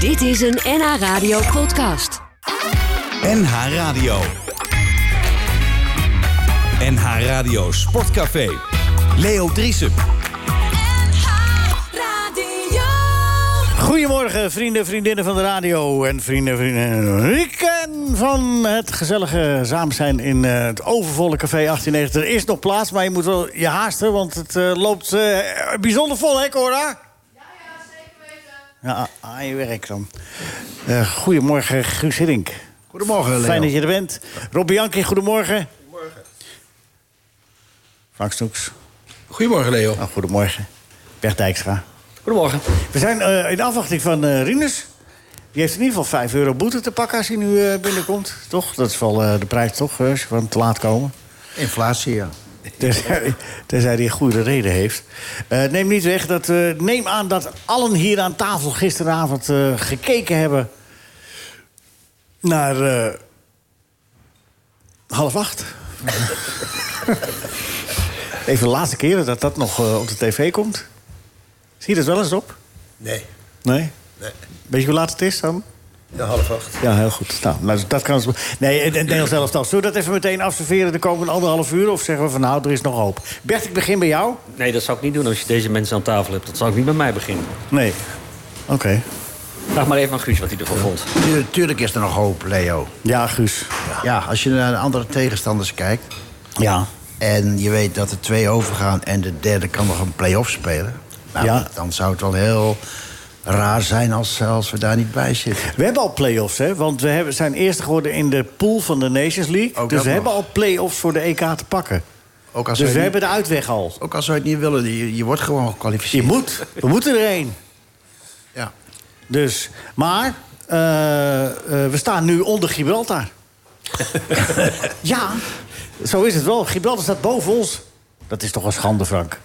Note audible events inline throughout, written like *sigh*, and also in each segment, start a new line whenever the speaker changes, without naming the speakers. Dit is een NH Radio podcast.
NH Radio. NH Radio Sportcafé. Leo Driesen.
Goedemorgen, vrienden, vriendinnen van de radio en vrienden, vrienden Rieken van het gezellige samen zijn in eh, het overvolle café 1890. Er is nog plaats, maar je moet wel je haasten, want het eh, loopt eh, bijzonder vol, hè, Cora? Ja, aan je werk dan. Eh, goedemorgen, Guus Hiddink.
Goedemorgen, Leo.
Fijn dat je er bent. Rob Bianchi, goedemorgen. Frank Snoeks.
Goedemorgen, Leo.
Oh, goedemorgen. Bert Dijkstra.
Goedemorgen.
We zijn eh, in afwachting van eh Rinus. Die heeft in ieder geval 5 euro boete te pakken als hij nu eh, binnenkomt. Toch? Dat is wel eh, de prijs, toch? eh, Als we hem te laat komen.
Inflatie, ja.
Tenzij, *laughs* tenzij hij een goede reden heeft. Eh, neem niet weg dat. eh, neem aan dat allen hier aan tafel gisteravond eh, gekeken hebben. naar. eh, half acht. Even de laatste keren dat dat nog eh, op de tv komt. Zie je dat wel eens op?
Nee.
Nee?
Nee.
Weet je hoe laat het is dan?
Ja, half acht.
Ja, heel goed. Nou, nou, dat kan... Nee, eh, het het Nederlands elftal. Zullen we dat even meteen afserveren de komende anderhalf uur? Of zeggen we van nou, er is nog hoop. Bert, ik begin bij jou.
Nee, dat zou ik niet doen als je deze mensen aan tafel hebt. Dat zou ik niet bij mij beginnen.
Nee. Oké.
Vraag maar even aan Guus wat hij ervan vond.
Tu- tuurlijk is er nog hoop, Leo.
Ja, Guus.
Ja, als je naar de andere tegenstanders kijkt...
Ja.
en je weet dat er twee overgaan en de derde kan nog een play-off spelen... Nou,
Ja.
dan zou het wel heel raar zijn als, als we daar niet bij zitten.
We hebben al play-offs, hè? Want we hebben, zijn eerste geworden in de pool van de Nations League.
Ook
dus
dat
we hebben
nog.
al play-offs voor de EK te pakken.
Ook als,
Dus
we
we
niet-
hebben de uitweg al.
ook als we het niet willen, je, je wordt gewoon
Je
gekwalificeerd.
moet. We moeten er één.
Ja.
Dus. Maar eh, eh, we staan nu onder Gibraltar. ja, zo is het wel. Gibraltar staat boven ons. Dat is toch een schande, Frank?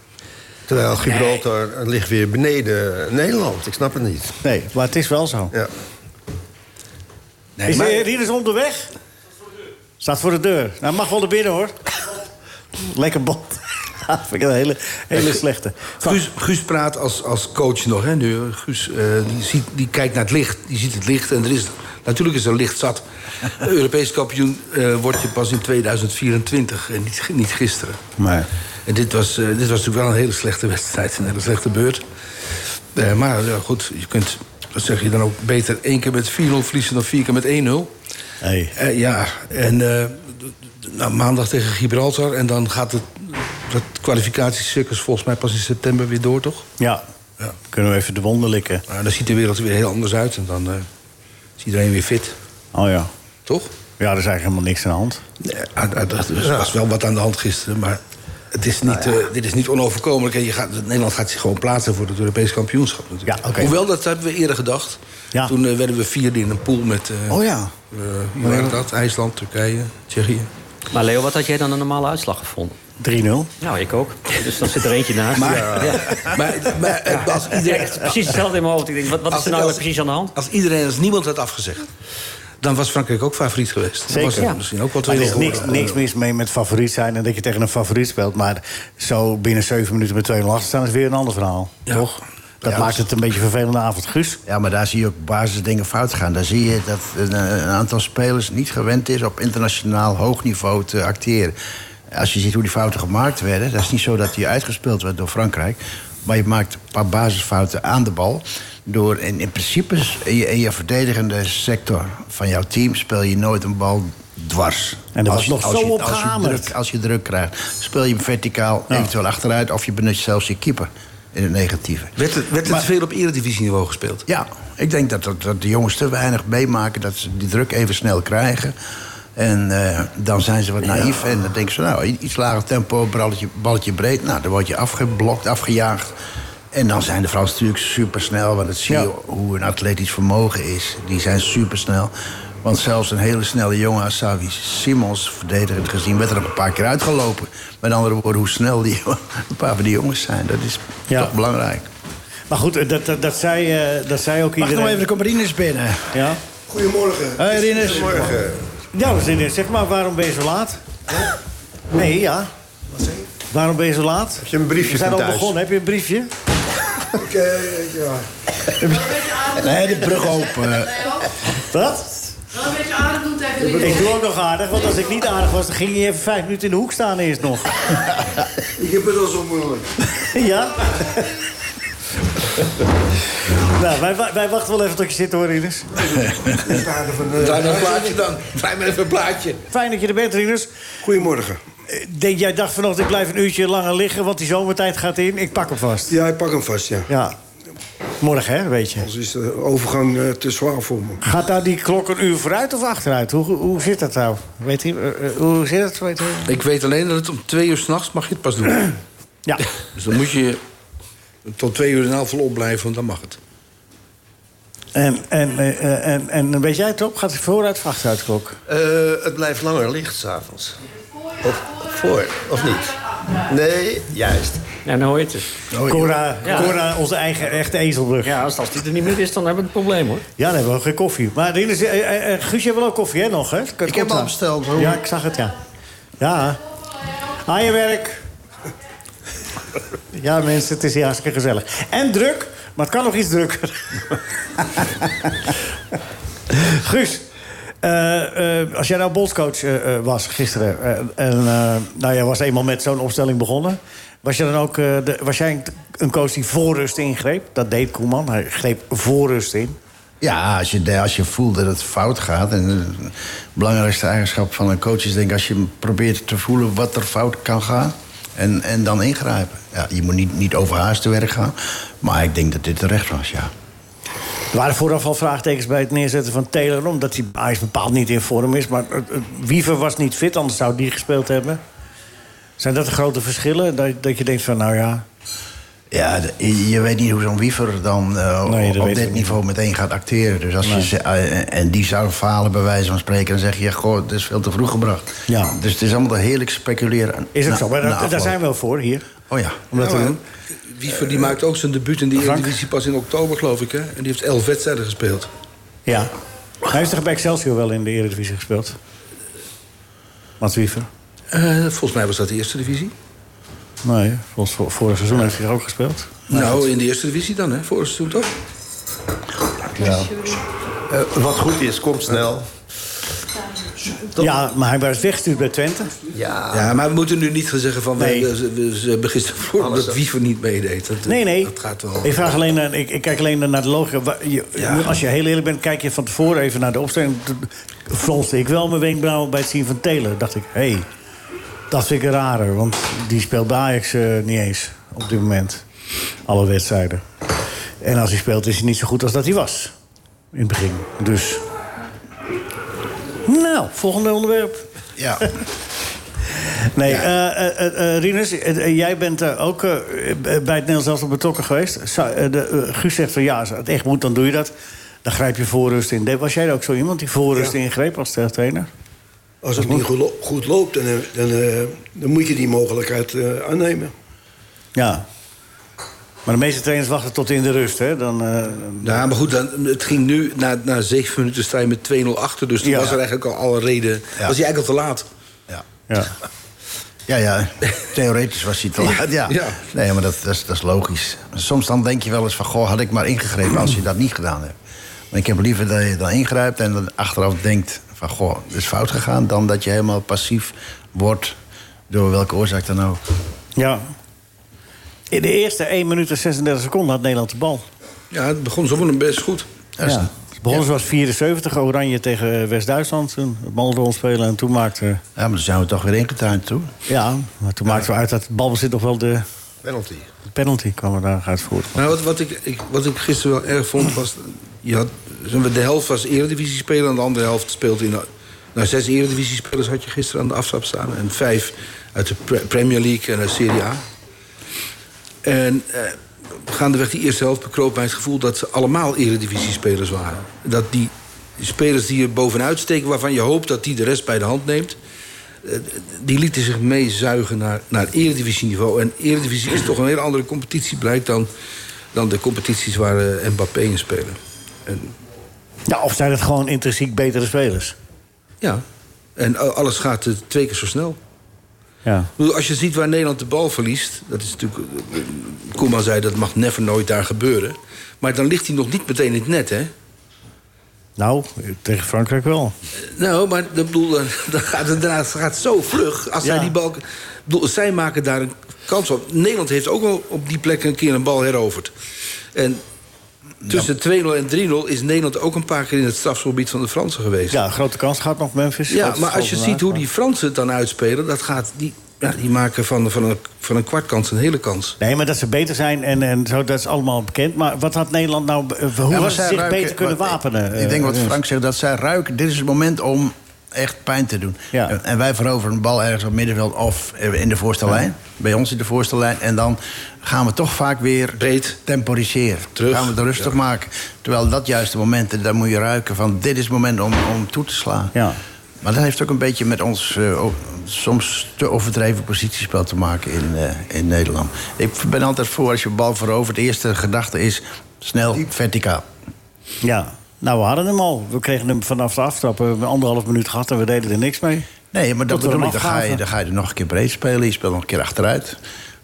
Terwijl Gibraltar ligt weer beneden Nederland. Ik snap het niet.
Nee, maar het is wel zo.
Ja.
is er hier is onderweg? Staat voor de deur. Nou, mag wel naar binnen, hoor. Lekker bot. *laughs* Dat vind ik een hele, hele slechte.
Guus, Guus praat als, als coach nog, hè, nu. Guus eh, die, ziet, die kijkt naar het licht, die ziet het licht. En er is, natuurlijk is er licht
*laughs*
zat. Europees kampioen eh word je pas in 2024, en niet, niet gisteren.
Nee.
En dit was, eh, dit was natuurlijk wel een hele slechte wedstrijd, een hele slechte beurt. Eh, maar ja, goed, je kunt, wat zeg je dan ook, beter één keer met 4-0 verliezen dan vier keer met 1-0.
Hey.
Eh, ja, en eh, d- d- nou, maandag tegen Gibraltar. En dan gaat het, dat kwalificatiecircus volgens mij pas in september weer door, toch?
Ja.
Ja.
Kunnen we even de wonden likken?
Nou, dan ziet de wereld er weer heel anders uit. En dan eh, is iedereen weer fit,
Oh ja.
toch?
Ja, er is eigenlijk helemaal niks aan de hand.
Nee, ah, ah, dat- er was wel wat aan de hand gisteren, maar... Het is niet,
Nou
eh, dit is niet onoverkomelijk. En je gaat, Nederland gaat zich gewoon plaatsen voor het Europees kampioenschap. Natuurlijk.
Ja, oké.
Hoewel, dat hebben we eerder gedacht.
Ja.
Toen eh, werden we vierde in een pool met... eh,
Oh ja.
eh, hoe heet dat? IJsland, Turkije, Tsjechië.
Maar Leo, wat had jij dan een normale uitslag gevonden?
3-0.
Nou, ik ook. Dus dan zit er eentje naast.
Maar,
Ja. Ja.
maar, maar eh, als
Ja,
iedereen...
het is precies hetzelfde in mijn hoofd. Ik denk, wat, wat is er nou eigenlijk precies aan de hand?
Als iedereen, als niemand had afgezegd... dan was Frankrijk ook favoriet geweest. Dan
Zeker.
was er
Ja.
misschien ook wat
Maar er is
willen
niks,
horen.
niks mis mee met favoriet zijn en dat je tegen een favoriet speelt. Maar zo binnen zeven minuten met 2 8 staan is weer een ander verhaal.
Ja.
Toch? Dat
Ja,
maakt
dat-
het een beetje een vervelende avond. Guus?
Ja, maar daar zie je ook basisdingen fout gaan. Daar zie je dat een, een aantal spelers niet gewend is op internationaal hoog niveau te acteren. Als je ziet hoe die fouten gemaakt werden, dat is niet zo dat die uitgespeeld werd door Frankrijk. Maar je maakt een paar basisfouten aan de bal. Door in, in principe s- in je, in je verdedigende sector van jouw team speel je nooit een bal dwars.
En er was
je-
nog zo
je-
op
je
gehamerd.
druk- als je druk krijgt, speel je hem verticaal,
Ja.
eventueel achteruit. Of je benut zelfs je keeper in het negatieve.
Werd het, werd het veel op eredivisieniveau gespeeld?
Ja, ik denk dat, dat, dat de jongens te weinig meemaken dat ze die druk even snel krijgen. En eh, dan zijn ze wat naïef en dan denken ze, nou, i- iets lager tempo, balletje, balletje breed. Nou, dan word je afgeblokt, afgejaagd. En dan zijn de Fransen natuurlijk supersnel, want dat zie je
Ja.
hoe een atletisch vermogen is. Die zijn supersnel. Want zelfs een hele snelle jongen als Savi Simons, verdedigend gezien, werd er een paar keer uitgelopen. Met andere woorden, hoe snel die, *laughs* een paar van die jongens zijn, dat is
Ja.
toch belangrijk.
Maar goed, eh, dat, dat, dat, zei, eh, dat zei ook iedereen.
komt Rinus binnen.
Ja?
Goedemorgen.
Hey, Rinus.
Goedemorgen.
Ja, dat is in- zeg maar, waarom ben je zo laat? Nee, ja. Waarom ben je zo laat?
Heb je een briefje
We zijn
van
al
thuis?
begonnen. Heb je een briefje?
Ik eh, ja.
Nee, de brug open.
Wat?
Wel een beetje aardig doen tegen die
Ik doe ook nog aardig, want als ik niet aardig was... dan ging je even vijf minuten in de hoek staan eerst nog.
Ik heb het al zo moeilijk.
Ja? *laughs* nou, wij, wa- wij wachten wel even tot je zit hoor, Rinus.
eh,
Draai maar een plaatje dan. Draai maar even een plaatje.
Fijn dat je er bent, Rinus.
Goedemorgen.
Eh, Denk, jij dacht vanochtend, ik blijf een uurtje langer liggen... want die zomertijd gaat in, ik pak hem vast.
Ja, ik pak hem vast, ja.
Ja. Morgen, hè, weet je.
Anders is de overgang eh, te zwaar voor me.
Gaat nou die klok een uur vooruit of achteruit? Hoe, hoe zit dat nou? Weet je, eh, eh, hoe zit dat? Weet je?
Ik weet alleen dat het om twee uur s'nachts mag je het pas doen.
*clears throat*
Ja.
Dus dan moet je tot twee uur en een half vol opblijven, want dan mag het.
En, en, eh, eh, en, en weet jij het op? Gaat het vooruit of achteruit, klok?
Eh, het blijft langer licht s'avonds. Of voor, of niet? Nee, Eh, juist.
En dan hoor je het dus.
Oh,
Cora,
Ja.
Cora, onze eigen echte ezelbrug. Ja,
Ja, als, als die er niet meer is, dan hebben we een probleem, hoor.
dan hebben we geen koffie. Maar Rinus, eh, eh, eh, Guus, je hebt wel ook koffie, hè, nog, hè? Ik
heb al besteld, hoor.
Ja, ik zag het, ja. Ja. Aan je werk. Ja, mensen, het is hier hartstikke gezellig. En druk, maar het kan nog iets drukker. *laughs* Guus, eh, eh, als jij nou bondscoach eh, eh, was gisteren... eh, en eh, nou, jij was eenmaal met zo'n opstelling begonnen... was, je dan ook, eh, de- was jij een- een coach die voorrust ingreep? Dat deed Koeman, hij greep voorrust in.
Ja, als je, de- als je voelt dat het fout gaat. En de belangrijkste eigenschap van een coach is denk ik... als je probeert te voelen wat er fout kan gaan. En, en dan ingrijpen. Ja, je moet niet, niet overhaast te werk gaan. Maar ik denk dat dit terecht was, ja.
Er waren vooraf al vraagtekens bij het neerzetten van Taylor... omdat hij, hij is bepaald niet in vorm is. Maar eh, eh, Wiever was niet fit, anders zou die gespeeld hebben. Zijn dat de grote verschillen? Dat, dat je denkt van, nou ja...
Ja, de- je- je weet niet hoe zo'n wiever dan eh,
Nee, dat
op
weet ik
dit
niet.
niveau meteen gaat acteren. Dus als je, ze- eh, en die zou falen bij wijze van spreken, dan zeg je, goh, het is veel te vroeg gebracht.
Ja.
Dus het is allemaal heerlijk speculeren.
Is het
Na-
zo? Maar
na
dat- daar
afloop.
zijn we wel voor, hier.
Oh ja.
Om dat
Ja,
te
maar
doen.
Wiever
Eh,
die maakt ook zijn debuut in de Eredivisie pas in oktober, geloof ik. Hè? En die heeft elf wedstrijden gespeeld.
Ja. Hij heeft toch bij Excelsior wel in de Eredivisie gespeeld? Mats Wiever?
Eh, volgens mij was dat de Eerste Divisie.
Nee, volgens vor- vorig seizoen heeft hij er ook gespeeld.
nou, in de Eerste Divisie dan, hè? Vorig seizoen toch?
Eh, wat goed is, komt snel.
Ja, maar hij werd weggestuurd bij Twente.
Ja.
Ja, maar we moeten nu niet gaan zeggen van...
Ah. Nee.
We, we, we- ze hebben gisteren voor dat Wiever niet meedeed. Dat,
Nee, nee.
Dat gaat wel...
Ik, vraag alleen naar, ik, ik kijk alleen naar de logica. Wa- je-
Ja.
Als je heel eerlijk bent, kijk je van tevoren even naar de opstelling. Toen Fronste ik wel mijn wenkbrauwen bij het zien van Telen. dacht ik, hé, hey, dat vind ik rarer. Want die speelt bij Ajax eh, niet eens op dit moment. Alle wedstrijden. En als hij speelt is hij niet zo goed als dat hij was. In het begin. Dus... Nou, volgende onderwerp.
Ja.
Nee, eh, eh, eh, eh, Rinus, eh, eh, jij bent eh, ook eh, b- bij het Nederlands elftal betrokken geweest. Zou- eh, de, eh, Guus zegt van ja, als het echt moet, dan doe je dat. Dan grijp je voorrust in. De- Was jij ook zo iemand die voorrust ingreep als trainer?
Als het niet goed, lo- goed loopt, dan, eh, dan, eh, dan moet je die mogelijkheid eh, aannemen.
Ja. Maar de meeste trainers wachten tot in de rust, hè? Dan, eh,
Ja, Nou, maar goed, dan, het ging nu... Na, na zeven minuten sta je met 2-0 achter. Dus toen
Ja.
was er eigenlijk al alle reden... Was hij eigenlijk al te laat.
Ja.
ja.
Ja, ja. Theoretisch was hij te laat. Ja.
Ja.
Nee, maar dat, dat, is, dat is logisch. Soms dan denk je wel eens van, goh, had ik maar ingegrepen als je dat niet gedaan hebt. Maar ik heb liever dat je dan ingrijpt en dan achteraf denkt van, goh, het is fout gegaan, dan dat je helemaal passief wordt door welke oorzaak dan ook.
ja. In de eerste 1 minuut en 36 seconden had Nederland de bal.
Ja, het begon zomaar best goed.
Dat is-
Ja. Het begon zoals 74, Oranje tegen West-Duitsland. Toen het bal spelen en toen maakte...
Ja, maar dan zijn we toch weer ingetuind toen.
Ja, maar toen maakten we uit dat het balbezit nog wel de
Penalty.
penalty kwam er daar uit voort.
Nou, wat, wat, ik, ik, wat ik gisteren wel erg vond was... Je had, zeg maar, de helft was eredivisie-speler en de andere helft speelde in... Nou, zes eredivisie-spelers had je gisteren aan de aftrap staan. En vijf uit de Pre- Premier League en uit Serie A. En eh, gaandeweg die eerste helft bekroop mij het gevoel... dat ze allemaal eredivisie-spelers waren. Dat die spelers die er bovenuit steken... waarvan je hoopt dat die de rest bij de hand neemt... eh, Die lieten zich meezuigen naar, naar eredivisieniveau. En eredivisie is toch een hele andere competitie, blijkt dan, dan de competities waar eh, Mbappé in spelen. En,
Ja, of zijn het gewoon intrinsiek betere spelers?
ja. en a- alles gaat eh, twee keer zo snel.
Ja.
Ik bedoel, Als je ziet waar Nederland de bal verliest... dat is natuurlijk... eh, Koeman zei dat mag never nooit daar gebeuren. Maar dan ligt hij nog niet meteen in het net, hè?
Nou, tegen Frankrijk wel.
Nou, maar ik bedoel, dan, dan gaat het daarna- het gaat zo vlug. Als
Ja.
zij die bal... ik bedoel, zij maken daar een kans op. Nederland heeft ook wel op die plek een keer een bal heroverd. En tussen 2-0 en 3-0 is Nederland ook een paar keer... in het strafgebied van de Fransen geweest.
Ja, grote kans gaat nog Memphis.
Ja,
Grote
maar als je
schoten
ziet hoe
maakt.
die Fransen het dan uitspelen... Dat gaat, die, ja, die maken van, van, een, van een kwartkans een hele kans.
Nee, maar dat ze beter zijn en, en zo, dat is allemaal bekend. Maar wat had Nederland nou... eh, Hoe
Ja, maar
had ze
zij
zich
ruiken-
beter kunnen
wat-
wapenen?
Ik
eh,
denk wat
jongens?
Frank zegt, dat zij ruiken. Dit is het moment om echt pijn te doen. Eh,
Ja.
En- En wij veroveren een bal ergens op middenveld of in de voorste lijn. Bij ons in de voorste lijn. En dan gaan we toch vaak weer
Breed.
temporiseren.
Terug.
Gaan we het rustig maken. Terwijl dat juist de momenten, daar moet je ruiken van... dit is het moment om, om toe te slaan.
Ja.
Maar dat heeft ook een beetje met ons eh, ook soms te overdreven positiespel te maken in, eh, in Nederland. Ik ben altijd voor als je een bal verovert. De eerste gedachte is snel, verticaal.
Ja, nou, we hadden hem al. We kregen hem vanaf de aftrap. We hebben anderhalf minuut gehad en we deden er niks mee.
Nee, maar dat
Tot we
bedoel
hem
ik. Dan ga, je,
afgaven.
dan ga je er nog een keer breed spelen. Je speelt nog een keer achteruit.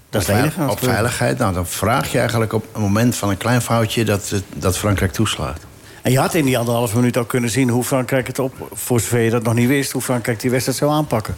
Dat is het enige wat
Op
speelt.
veiligheid. Nou, dan vraag je eigenlijk op een moment van een klein foutje dat, eh, dat Frankrijk toeslaat.
En je had in die anderhalf minuut ook kunnen zien hoe Frankrijk het op... voor zover je dat nog niet wist, hoe Frankrijk die wedstrijd zou aanpakken.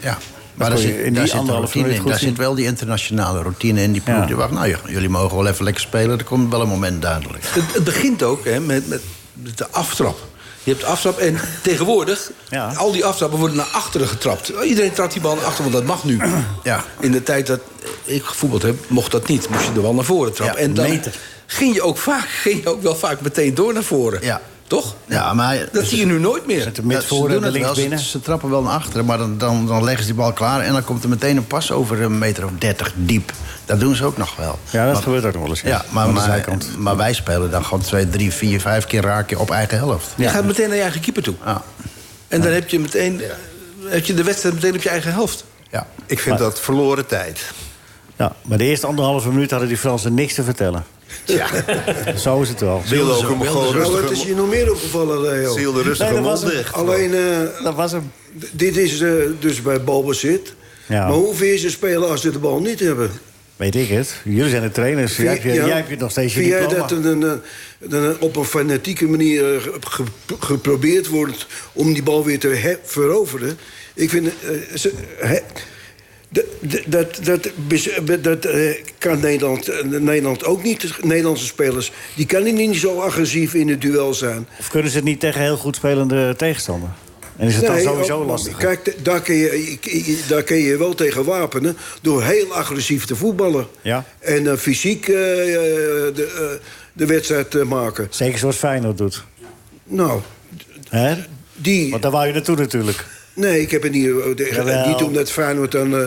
Ja. Maar daar
kon je in
zit,
die
daar zit een
anderhalve
routine
minuut
in.
goed
Daar
zien.
zit wel die internationale routine in. Die ploeg
Ja.
die wacht, nou j- jullie mogen wel even lekker spelen. Er komt wel een moment duidelijk.
Het, het begint ook hè, met, met, met de aftrap. Je hebt de aftrap
*laughs*
en tegenwoordig...
Ja.
al die aftrappen worden naar achteren getrapt. Iedereen trapt die bal naar achteren, want dat mag nu.
*clears throat* Ja.
In de tijd dat ik gevoetbald heb, mocht dat niet. Moest je de bal naar voren trappen.
Ja,
en dan
meter.
ging je ook vaak, ging je ook wel vaak meteen door naar voren.
Ja.
Toch?
Ja, maar
Dat zie je nu nooit meer.
Met de
Ja,
mid
Nou, ze
voor en
doen
de
het
links
wel. Ze-
binnen.
Ze, trappen wel naar achteren, maar dan, dan, dan leggen ze die bal klaar... en dan komt er meteen een pas over een meter of dertig diep. Dat doen ze ook nog wel.
Ja, dat
Maar-
gebeurt ook nog wel eens.
Ja, maar,
Aan de
maar,
zijkant.
maar wij spelen dan gewoon twee, drie, vier, vijf keer raken op eigen helft. Ah,
Je gaat meteen naar je eigen keeper toe.
Ja.
En dan heb je, meteen, heb je de wedstrijd meteen op je eigen helft.
ja.
Ik vind dat verloren tijd.
Ja, maar de eerste anderhalve minuut hadden die Fransen niks te *laughs* vertellen. Ja. Zo is het wel.
Wilde ook hem gewoon
Nou, het
rustig... eh,
is je nog meer opgevallen, Leo.
Ze hielden rustig
Nee,
een
dat
mond
was hem.
dicht.
Alleen, eh,
Dat was hem.
d- dit is eh, dus bij balbezit.
Ja.
Maar hoe vind je ze spelen als ze de bal niet hebben?
Weet ik het. Jullie zijn de trainers. Dus Jij hebt, je-
Ja.
jij hebt je nog steeds je
Vind jij
diploma.
dat er een, eh, dat er op een fanatieke manier eh, ge- ge- geprobeerd wordt... om die bal weer te he- veroveren? Ik vind... eh, ze- hè, d- d- dat, dat, bes- dat eh, kan Nederland, eh, Nederland ook niet. Nederlandse spelers die kan niet zo agressief in het duel zijn.
Of kunnen ze het niet tegen heel goed spelende tegenstander? En is het dan
Nee,
sowieso
ook-
lastig?
Kijk, d- daar kun, je, ik- ik- daar kun je wel tegen wapenen door heel agressief te voetballen.
Ja.
En eh, fysiek eh, eh, de, eh, de wedstrijd eh, maken.
Zeker zoals Feyenoord doet.
Nou,
Hè?
die...
Want daar wou je naartoe natuurlijk.
Nee, ik heb het niet... eh, de-
Jawel.
niet omdat Feyenoord dan... eh,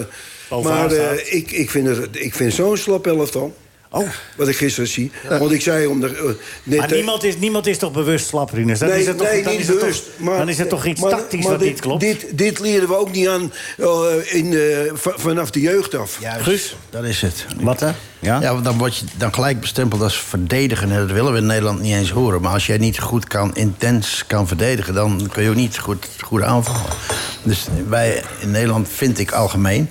Bovenaan
maar eh,
staat.
ik, ik vind, het- ik vind zo'n slap elftal.
Oh,
Wat ik gisteren zie. Want ik zei om de, eh, net,
maar
eh,
niemand is, niemand is toch bewust slap, Rinus? Dan, is, het toch, dan, is, het toch, dan is het toch iets
maar-
tactisch
maar
wat
dit,
niet klopt?
Dit, dit leren we ook niet aan eh, in, eh, va- vanaf de jeugd af.
Juist,
Guus?
dat is het.
Wat, hè? Ja?
Ja? want dan word je dan gelijk bestempeld als verdediger. En dat willen we in Nederland niet eens horen. Maar als jij niet goed kan, intens kan verdedigen... dan kun je ook niet goed, goed aanvallen. Dus wij in Nederland, vind ik algemeen...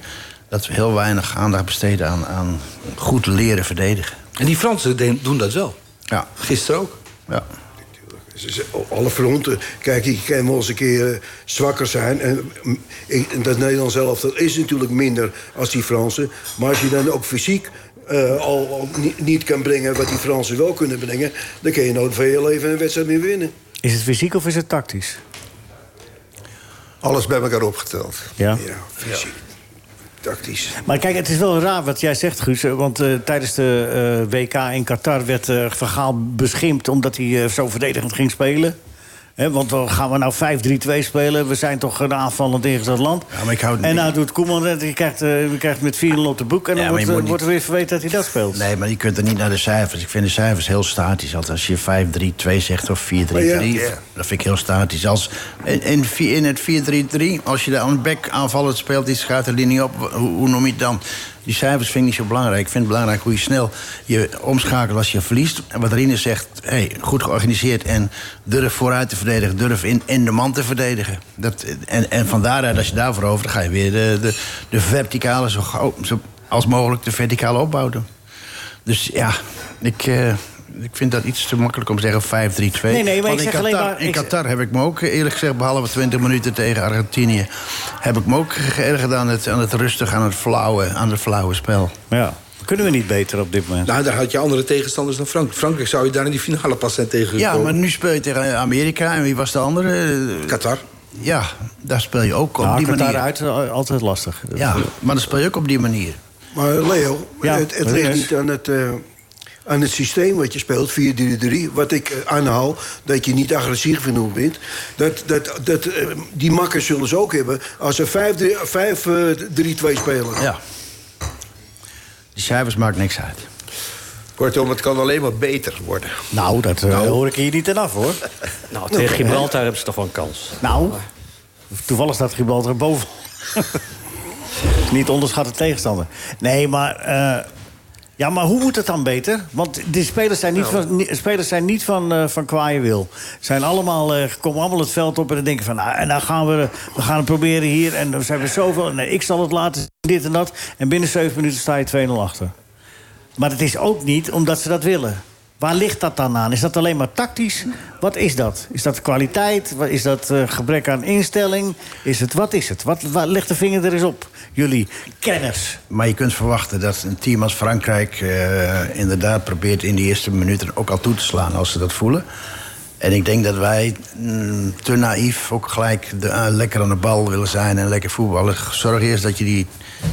dat we heel weinig aandacht besteden aan, aan goed leren verdedigen.
En die Fransen de- doen dat wel.
Ja,
Gisteren ook.
ja.
Ze- ze- Alle fronten. Kijk, je kan wel eens een keer eh, zwakker zijn. En, mm, ik- en dat Nederlands zelf dat is natuurlijk minder als die Fransen. Maar als je dan ook fysiek eh, al, al ni- niet kan brengen wat die Fransen wel kunnen brengen... dan kun je nooit van je leven een wedstrijd meer winnen.
Is het fysiek of is het tactisch?
Alles bij elkaar opgeteld.
Ja.
Ja, fysiek. Tactisch.
Maar kijk, het is wel raar wat jij zegt, Guus. eh, Want eh, tijdens de eh, WK in Qatar werd eh Vergaal beschimpt... omdat hij eh, zo verdedigend ging spelen. Hè, want dan gaan we nou 5-3-2 spelen. We zijn toch een aanvallend ingezet land.
Ja, maar ik hou het
en
niet-
nou doet Koeman dat. Je krijgt, eh, je krijgt met 4-0 op de boek. En
Ja,
dan
maar je
wordt, eh,
moet niet-
wordt er weer verweten dat hij dat speelt.
Nee, maar je kunt er niet naar de cijfers. Ik vind de cijfers heel statisch. Altijd als je 5-3-2 zegt of 4-3-3,
Ja.
dat vind ik heel statisch. Als, in, in, vi- in het 4-3-3, als je daar een back aanvallend speelt, die schuift de linie op. Hoe, hoe noem je het dan? Die cijfers vind ik niet zo belangrijk. Ik vind het belangrijk hoe je snel je omschakelt als je verliest. En wat Rinus zegt, hey, goed georganiseerd en durf vooruit te verdedigen. Durf in, in de man te verdedigen. Dat, en, en van daaruit, als je daarvoor over, dan ga je weer de, de, de verticale, zo gauw zo- als mogelijk de verticale opbouw doen. Dus ja, ik, eh, ik vind dat iets te makkelijk om te zeggen 5-3-2.
Nee, nee, maar
Want
ik
in
zeg alleen
Qatar-
maar-
In
ik-
Qatar heb ik me ook, eh, eerlijk gezegd, behalve 20 minuten tegen Argentinië... heb ik me ook geërgerd aan het, aan het rustig, aan het flauwe, aan het flauwe spel.
Ja. Kunnen we niet beter op dit moment?
Nou, daar had je andere tegenstanders dan Frank. Frankrijk zou je daar in die finale pas zijn
Ja,
tegengekomen.
maar nu speel je tegen Amerika en wie was de andere? Eh,
Qatar.
Ja, daar speel je ook op
Nou,
die manier.
daaruit eh, altijd lastig.
Ja, maar dan speel je ook op die manier.
Maar Leo,
Ja,
het, het
dat
ligt
is.
niet aan het, eh, aan het systeem wat je speelt, 4-3-3. Wat ik eh, aanhaal, dat je niet agressief genoeg bent. Dat, dat, dat, eh, die makkers zullen ze ook hebben als ze 5-3-2 eh, spelen.
Ja. Die cijfers maakt niks uit.
Kortom, het kan alleen maar beter worden.
Nou, dat eh, hoor ik hier niet ten af, hoor.
Nou, tegen Gibraltar hebben ze toch wel een kans.
Nou, toevallig staat Gibraltar boven. *laughs* Niet onderschatten tegenstander. Nee, maar... eh, ja, maar hoe moet het dan beter? Want die spelers zijn niet van, ni- spelers zijn niet van, eh, van kwaaie wil. Zijn allemaal, eh, komen allemaal het veld op en dan denken van... Nou, en nou gaan we, eh, we gaan het proberen hier en dan zijn we zoveel... en, eh, ik zal het laten, dit en dat. En binnen zeven minuten sta je 2-0 achter. Maar het is ook niet omdat ze dat willen. Waar ligt dat dan aan? Is dat alleen maar tactisch? Wat is dat? Is dat kwaliteit? Wa- Is dat eh, gebrek aan instelling? Is het, wat is het? Wat, waar, leg de vinger er eens op, jullie kenners.
Maar je kunt verwachten dat een team als Frankrijk eh, inderdaad probeert in die eerste minuten ook al toe te slaan als ze dat voelen. En ik denk dat wij mm, te naïef ook gelijk de, ah, lekker aan de bal willen zijn en lekker voetballen. Zorg eerst dat je, die,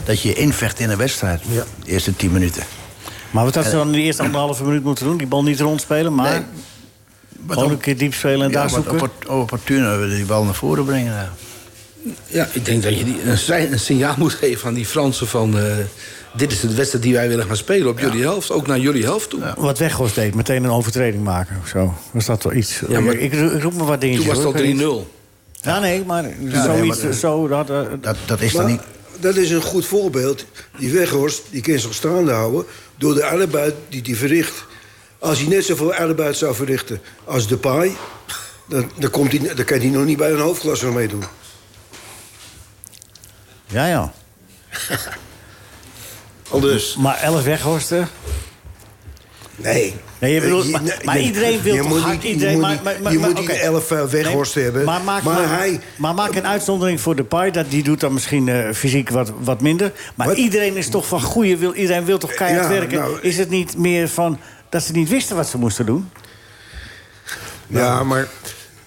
dat je invecht in een wedstrijd. De eerste tien minuten.
Maar wat hadden ze dan in de eerste anderhalve minuut moeten doen? Die bal niet rondspelen, maar
Nee,
gewoon een keer diep spelen en
Ja,
daar
wat
zoeken.
oppor- opportuner die bal naar voren brengen. ja.
Ja, ik denk dat je die, een, sein- een signaal moet geven aan die Fransen van... eh, dit is de wedstrijd die wij willen gaan spelen op jullie helft. Ook naar jullie helft toe.
Wat Weghorst deed, meteen een overtreding maken of zo. Was dat wel iets?
Ja, maar-
ik, ik roep me wat dingetjes.
Toen was het
hoor,
al
ik weet niet.
3-0.
Ja, nee, maar zoiets, zo, dat, eh,
Dat, dat is dan
Maar
niet.
dat is een goed voorbeeld. Die Weghorst, die kan zich staande houden... door de arbeid die hij verricht. Als hij net zoveel arbeid zou verrichten als Depay... dan, dan, komt hij, dan kan hij nog niet bij een hoofdklasse meedoen.
ja, ja.
Al dus.
Maar elf Weghorsten...
Nee.
Nee, je bedoelt-
Eh,
maar-
nee,
maar iedereen wil
je
toch
moet
hard
niet-
iedereen-
Je moet
maar-
niet-
maar- maar-
je
maar-
moet niet
oké.
elf eh, weghorsten hebben.
Maar maak, maar-
hij... Eh,
maar maak een uitzondering voor Depay. Dat, die doet dan misschien eh, fysiek wat, wat minder. Maar
Wat?
iedereen is toch van goede wil. Iedereen wil toch keihard
Ja,
werken.
nou,
is het niet meer van dat ze niet wisten wat ze moesten doen?
Ja,
Nou.
maar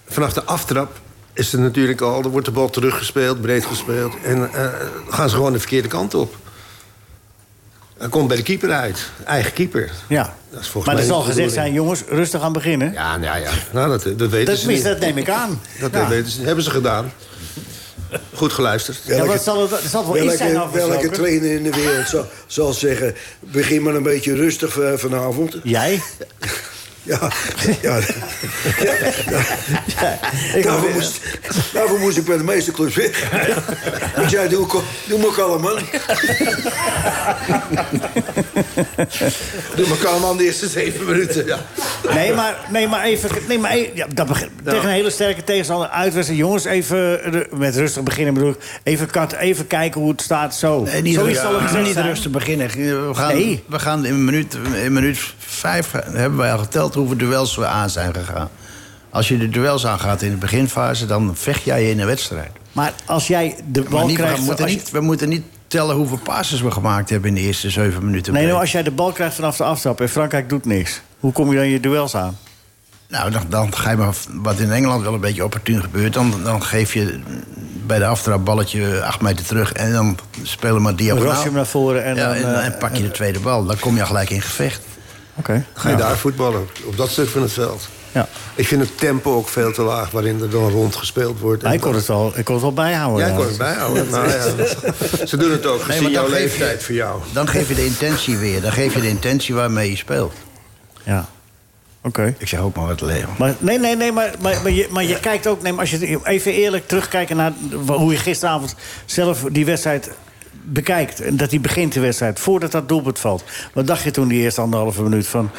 vanaf de aftrap is er natuurlijk al... er wordt de bal teruggespeeld, breed gespeeld... en eh, dan gaan ze gewoon de verkeerde kant op. Dan komt bij de keeper uit. Eigen keeper.
Ja.
Dat is volgens
maar
mij
er zal
niet de
gezegd
bedoeling.
zijn, jongens, rustig aan beginnen.
Ja, nou ja. Nou, dat, dat weten
dat,
ze
mis-
niet.
dat neem ik aan.
Dat
ja.
weten ze niet. Hebben ze gedaan. Goed geluisterd.
Ja, wat zal het, er zal wel iets zijn
Welke, welke
afgesproken.
trainer in de wereld zal, zal zeggen... begin maar een beetje rustig eh, vanavond.
Jij?
Ja, ja.
*laughs*
daarvoor, moest, daarvoor moest ik bij de meeste clubs
*laughs*
weg. Ik zei, doe, ik- doe me kalm, man.
Doe maar allemaal de eerste zeven minuten. Ja.
Nee, maar, nee, maar even. Nee, maar e- ja, dat begin- Tegen een hele sterke tegenstander uitwisselen. Jongens, even eh, de- met rustig beginnen bedoel ik. Even, kat, even kijken hoe het staat zo.
Nee, niet
Zoiets
rustig,
zal er gezegd
niet
zijn.
rustig beginnen. We gaan,
Nee.
we gaan in, minuut, in minuut vijf eh, hebben wij al geteld hoeveel duels we aan zijn gegaan. Als je de duels aangaat in de beginfase, dan vecht jij in een wedstrijd.
Maar als jij de
Maar
bal
niet, we,
krijgt.
moeten
als je-
niet, we moeten niet tellen hoeveel passes we gemaakt hebben in de eerste zeven minuten.
nee, nou, als jij de bal krijgt vanaf de aftrap en Frankrijk doet niks. Hoe kom je dan je duels aan?
Nou, dan, dan ga je maar wat in Engeland wel een beetje opportun gebeurt. Dan, dan geef je bij de aftrap balletje acht meter terug en dan spelen we maar
Dan
diagonaal.
ras je hem naar voren en
ja,
dan.
en,
eh,
en pak je de tweede bal. Dan kom je al gelijk in gevecht.
Oké.
Ga je daar voetballen, op dat stuk van het veld.
Ja.
Ik vind het tempo ook veel te laag waarin er dan rondgespeeld wordt.
Nou, ik, kon het wel, ik kon het wel bijhouden.
Jij
ja.
kon het bijhouden. Nou, ja. Ze doen het ook gezien
maar dan
jouw
geef je-
leeftijd voor jou.
Dan geef je de intentie weer. Dan geef je de intentie waarmee je speelt.
Ja. Oké.
Ik zeg ook maar wat, Leon.
Maar, nee, nee, nee, maar, maar, maar, je, maar je kijkt ook... Nee, maar als je even eerlijk terugkijkt naar hoe je gisteravond zelf die wedstrijd bekijkt. En dat hij begint de wedstrijd, voordat dat doelpunt valt. Wat dacht je toen die eerste anderhalve minuut van...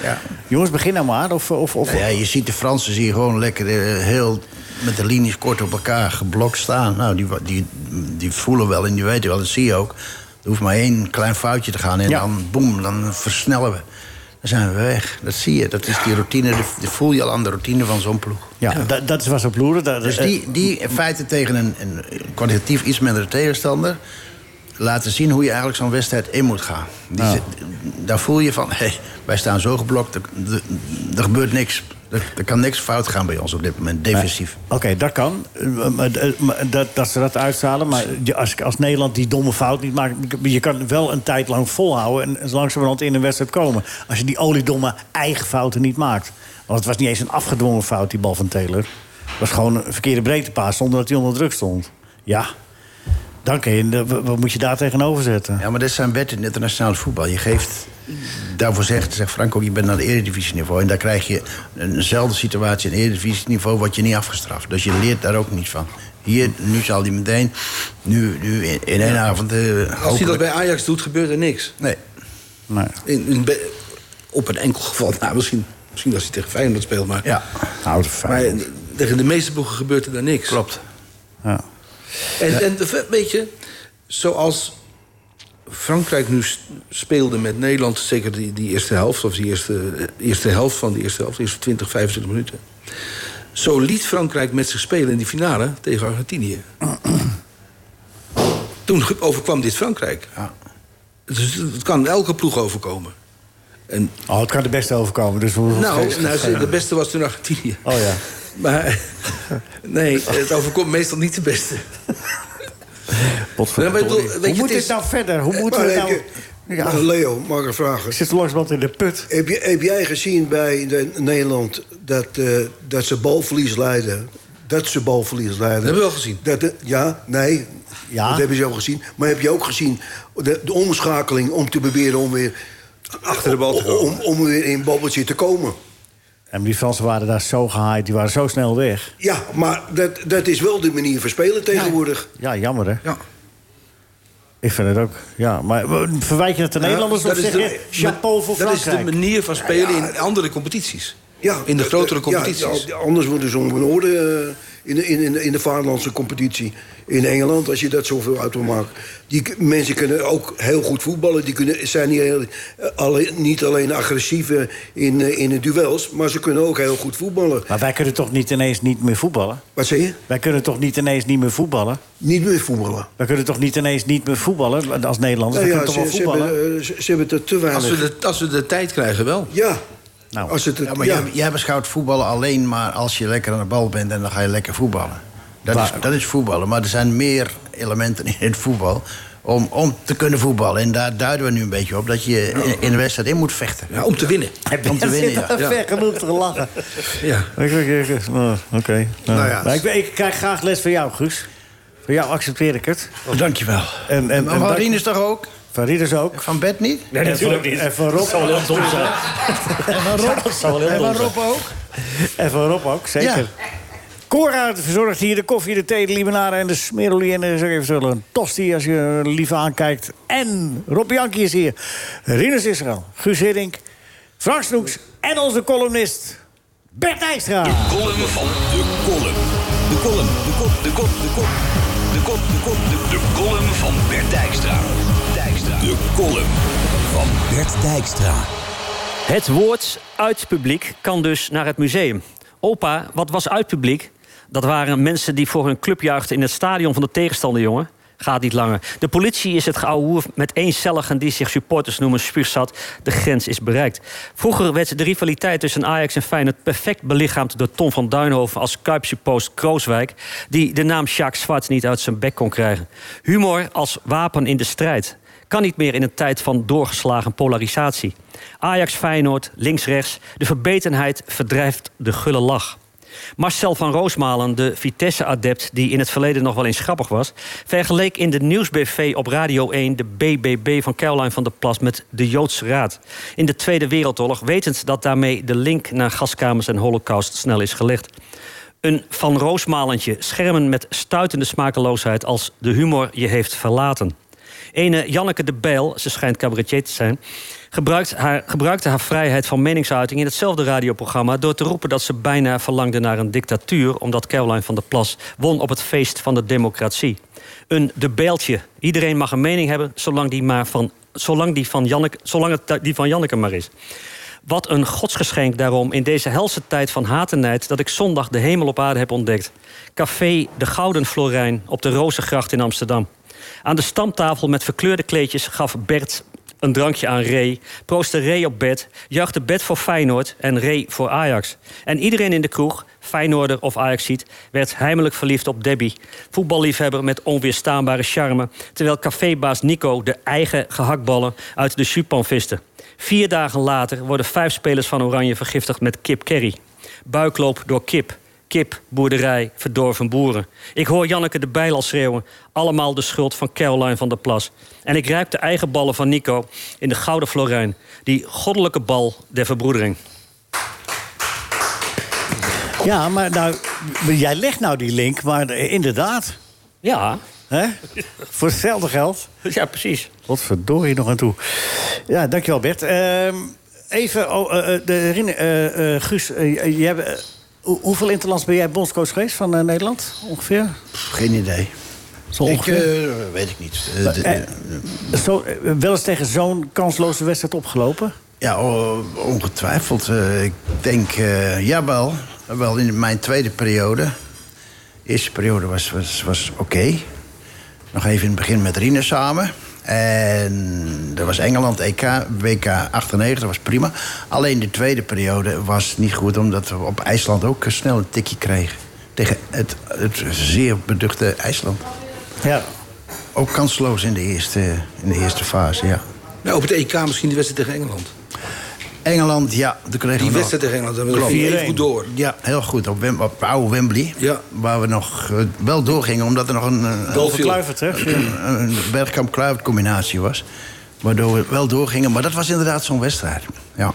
jongens, begin nou maar? Of, of, of...
Nou ja, je ziet de Fransen zie je gewoon lekker eh, heel met de linies kort op elkaar geblokt staan. Nou, die, wa- die, die voelen wel en die weten wel, dat zie je ook. Er hoeft maar één klein foutje te gaan en
Ja.
dan boem, dan versnellen we. Dan zijn we weg. Dat zie je. Dat is die routine. Dat dat voel je al aan de routine van zo'n ploeg.
ja, Dat, dat is was op loeren. Dat,
Dus
eh,
die, die in feite tegen een, een kwalitatief iets mindere tegenstander... laten zien hoe je eigenlijk zo'n wedstrijd in moet gaan. Die, zit- Daar voel je van, hé, wij staan zo geblokt, er, er- er gebeurt niks. Er, er kan niks fout gaan bij ons op dit moment, defensief.
Oké, dat kan. Eh, maar- eh, maar Dat, dat ze dat uitstralen. Maar je- als, als Nederland die domme fout niet maakt... je kan wel een tijd lang volhouden... en langzamerhand in een wedstrijd komen. Als je die oliedomme eigen fouten niet maakt. Want het was niet eens een afgedwongen fout, die bal van Taylor. Het was gewoon een verkeerde breedtepaas... zonder dat hij onder druk stond. Ja. Dan kun je... de- Wat moet je daar tegenover zetten?
Ja, maar dit zijn wetten in het internationale voetbal. Je geeft, daarvoor zegt, zegt Frank ook, je bent naar de eredivisieniveau. En daar krijg je eenzelfde situatie in eredivisieniveau, word je niet afgestraft. Dus je leert daar ook niet van. Hier, nu zal die meteen, nu, nu in, in één avond... eh,
Als hij dat
hopelijk-
bij Ajax doet, gebeurt er niks.
Nee.
Nee.
In, in be- op een enkel geval. Nou, misschien, misschien als hij tegen Feyenoord speelt, maar...
Ja.
Nou,
Maar eh, tegen de meeste ploegen gebeurt er dan niks.
Klopt.
Ja.
En, en de- weet je, zoals Frankrijk nu s- speelde met Nederland... zeker die, die eerste helft, of die eerste, eh, eerste helft van de eerste helft... de eerste 20, 25 minuten... zo liet Frankrijk met zich spelen in die finale tegen Argentinië. *clears throat* Toen ge- overkwam dit Frankrijk.
Ja.
Dus het kan elke ploeg overkomen. En,
Oh, het kan de beste overkomen. Dus we hoeven het
nou,
geen-
nou, de beste was toen Argentinië.
Oh ja.
*laughs* Maar nee, het overkomt meestal niet de beste. Nee, maar ik bedoel, weet je,
Hoe moet
het
dit
is-
nou verder? Hoe moeten
Maar
we
heb
nou...
je-
Ja,
maar Eh, Leo, mag ik een vraag?
zit langzamerhand in de put.
Heb, je, heb jij gezien bij de- Nederland dat, eh, dat ze balverlies leiden? Dat ze balverlies leiden. Dat
hebben we wel gezien.
Dat, de- ja, nee.
Ja.
Dat hebben ze al gezien. Maar heb je ook gezien de, de omschakeling om te proberen om weer...
Achter de bal te komen.
Om, om weer in babbeltje te komen.
En die Fransen waren daar zo gehaaid, die waren zo snel weg.
Ja, maar dat, dat is wel de manier van spelen tegenwoordig.
Ja, jammer hè.
Ja.
Ik vind het ook. Ja, maar w- verwijt je dat de Nederlanders of
dat is
zeg
de-
je chapeau voor
Dat is de
Frankrijk?
manier van spelen in andere competities. in de grotere
eh, ja,
competities.
ja, anders worden ze ongenoorden eh, in, de- in, in, de- in de vaderlandse competitie. In Engeland, als je dat zoveel uit wil maken. Die k- mensen kunnen ook heel goed voetballen. Die kunnen, zijn niet, heel, eh, alleen, niet alleen agressief eh, in, eh, in de duels... maar ze kunnen ook heel goed voetballen.
Maar wij kunnen toch niet ineens niet meer voetballen?
Wat zeg je?
Wij kunnen toch niet ineens niet meer voetballen?
Niet meer voetballen.
Wij kunnen toch niet ineens niet meer voetballen als Nederlanders?
Nou
we
ja,
kunnen
ze,
toch
ze
wel voetballen?
hebben, eh, ze, ze hebben het er te
Als we,
weinig.
de, als we de tijd krijgen wel.
Ja.
Nou,
als het, het-
Ja, maar
ja.
Jij, jij beschouwt voetballen alleen maar als je lekker aan de bal bent en dan ga je lekker voetballen. Dat, is, dat is voetballen, maar er zijn meer elementen in het voetbal om, om te kunnen voetballen. En daar duiden we nu een beetje op dat je in, in de wedstrijd in moet *laughs* vechten.
Ja, om te winnen.
Om te winnen,
zit *laughs*
ja.
er ver genoeg te lachen.
Ja.
Ik- ik- ik- nou, Oké. Nou,
Nou ja.
maar ik, ik krijg graag les van jou, Guus. Van jou accepteer ik het.
Dankjewel.
En, en,
Maar
en
van
dank-
Rien is toch ook?
van Rieders ook.
Van bed niet?
Nee, natuurlijk niet.
En van Rob,
Dat zou wel heel dom zijn.
*laughs*
Dat zou wel
*laughs* En
heel dom
van
zijn.
Rob ook?
en van Rob ook, zeker.
Ja.
Cora verzorgt hier de koffie, de thee, de limonade en de smerolie. En er is ook eventueel een tosti als je er lief aankijkt. En Rob Bianchi is hier. Rinus Israël, Guus Hiddink, Frank Snoeks en onze columnist Bert Eijstra.
Column van de column. De column, de kop, de kop, de kop. De kop, de kop, de... De column van Bert Dijkstra. Dijkstra. De column van Bert Dijkstra.
Het woord uit publiek kan dus naar het museum. Opa, wat was uit publiek? Dat waren mensen die voor hun club juichten in het stadion van de tegenstander, jongen. Gaat niet langer. De politie is het geouwehoer met eencelligen die zich supporters noemen. Spuurzat, de grens is bereikt. Vroeger werd de rivaliteit tussen Ajax en Feyenoord perfect belichaamd... door Tom van Duinhoven als Kuipsuppost Krooswijk... die de naam Sjaak Zwart niet uit zijn bek kon krijgen. Humor als wapen in de strijd kan niet meer in een tijd van doorgeslagen polarisatie. Ajax Feyenoord, links-rechts, de verbetenheid verdrijft de gulle lach. Marcel van Roosmalen, de Vitesse-adept die in het verleden nog wel eens grappig was... vergeleek in de Nieuwsbv op Radio 1 de BBB van Caroline van der Plas met de Joodse Raad. In de Tweede Wereldoorlog, wetend dat daarmee de link naar gaskamers en holocaust snel is gelegd. Een Van Roosmalentje, schermen met stuitende smakeloosheid als de humor je heeft verlaten. Ene Janneke de Bijl, ze schijnt cabaretier te zijn... Gebruikt haar, gebruikte haar vrijheid van meningsuiting in hetzelfde radioprogramma... door te roepen dat ze bijna verlangde naar een dictatuur... omdat Caroline van der Plas won op het feest van de democratie. Een de Bijltje. Iedereen mag een mening hebben, zolang die, maar van, zolang die, van, Janneke, zolang het, die van Janneke maar is. Wat een godsgeschenk daarom in deze helse tijd van haat en nijd... dat ik zondag de hemel op aarde heb ontdekt. Café De Gouden Florijn op de Rozengracht in Amsterdam. Aan de stamtafel met verkleurde kleedjes gaf Bert een drankje aan Ray. Proostte Ray op bed, juichte bed voor Feyenoord en Ray voor Ajax. En iedereen in de kroeg, Feyenoorder of Ajaxiet... werd heimelijk verliefd op Debbie. Voetballiefhebber met onweerstaanbare charme... terwijl cafébaas Nico de eigen gehaktballen uit de Supan viste. Vier dagen later worden vijf spelers van Oranje vergiftigd met kip Kerry. Buikloop door kip. Kip, boerderij, verdorven boeren. Ik hoor Janneke de Bijl al schreeuwen. Allemaal de schuld van Caroline van der Plas. En ik ruik de eigen ballen van Nico in de gouden florijn. Die goddelijke bal der verbroedering.
Ja, maar nou, jij legt nou die link, maar eh, inderdaad.
Ja.
Hè? Voor hetzelfde geld.
Ja, precies.
Wat verdorie nog aan toe. Ja, dankjewel Bert. Ehm, even, oh, eh, eh, de, herinner- eh, eh, Guus, eh, eh, jij, hebt, eh, hoe- hoeveel interlands ben jij bondscoach geweest van eh, Nederland? Ongeveer?
Geen idee.
Zo
ik,
ongeveer?
eh, weet ik niet. Eh, de-
Eh, zo, eh, wel eens tegen zo'n kansloze wedstrijd opgelopen?
Ja, o- ongetwijfeld. Eh, ik denk, eh, ja wel. Wel in mijn tweede periode. De eerste periode was, was, was oké. Nog even in het begin met Rine samen. En dat was Engeland, E EK, WK 98, dat was prima. Alleen de tweede periode was niet goed... omdat we op IJsland ook snel een tikje kregen. Tegen het, het zeer beduchte IJsland.
Ja.
Ook kansloos in de eerste, in de eerste fase, ja.
Nou, op het EK misschien de wedstrijd tegen Engeland.
Nou.
Engeland, ja, de kregen we
Die
nog-
wedstrijd tegen Engeland, hebben we
Klopt.
vier goed door.
Ja, heel goed. Op, Wem- op oude Wembley.
Ja.
Waar we nog eh, wel doorgingen, omdat er nog een, eh,
Goal viel.
Kluivert, hè?
een, een Bergkamp-Kluivert combinatie was. Waardoor we wel doorgingen. Maar dat was inderdaad zo'n wedstrijd. Ja.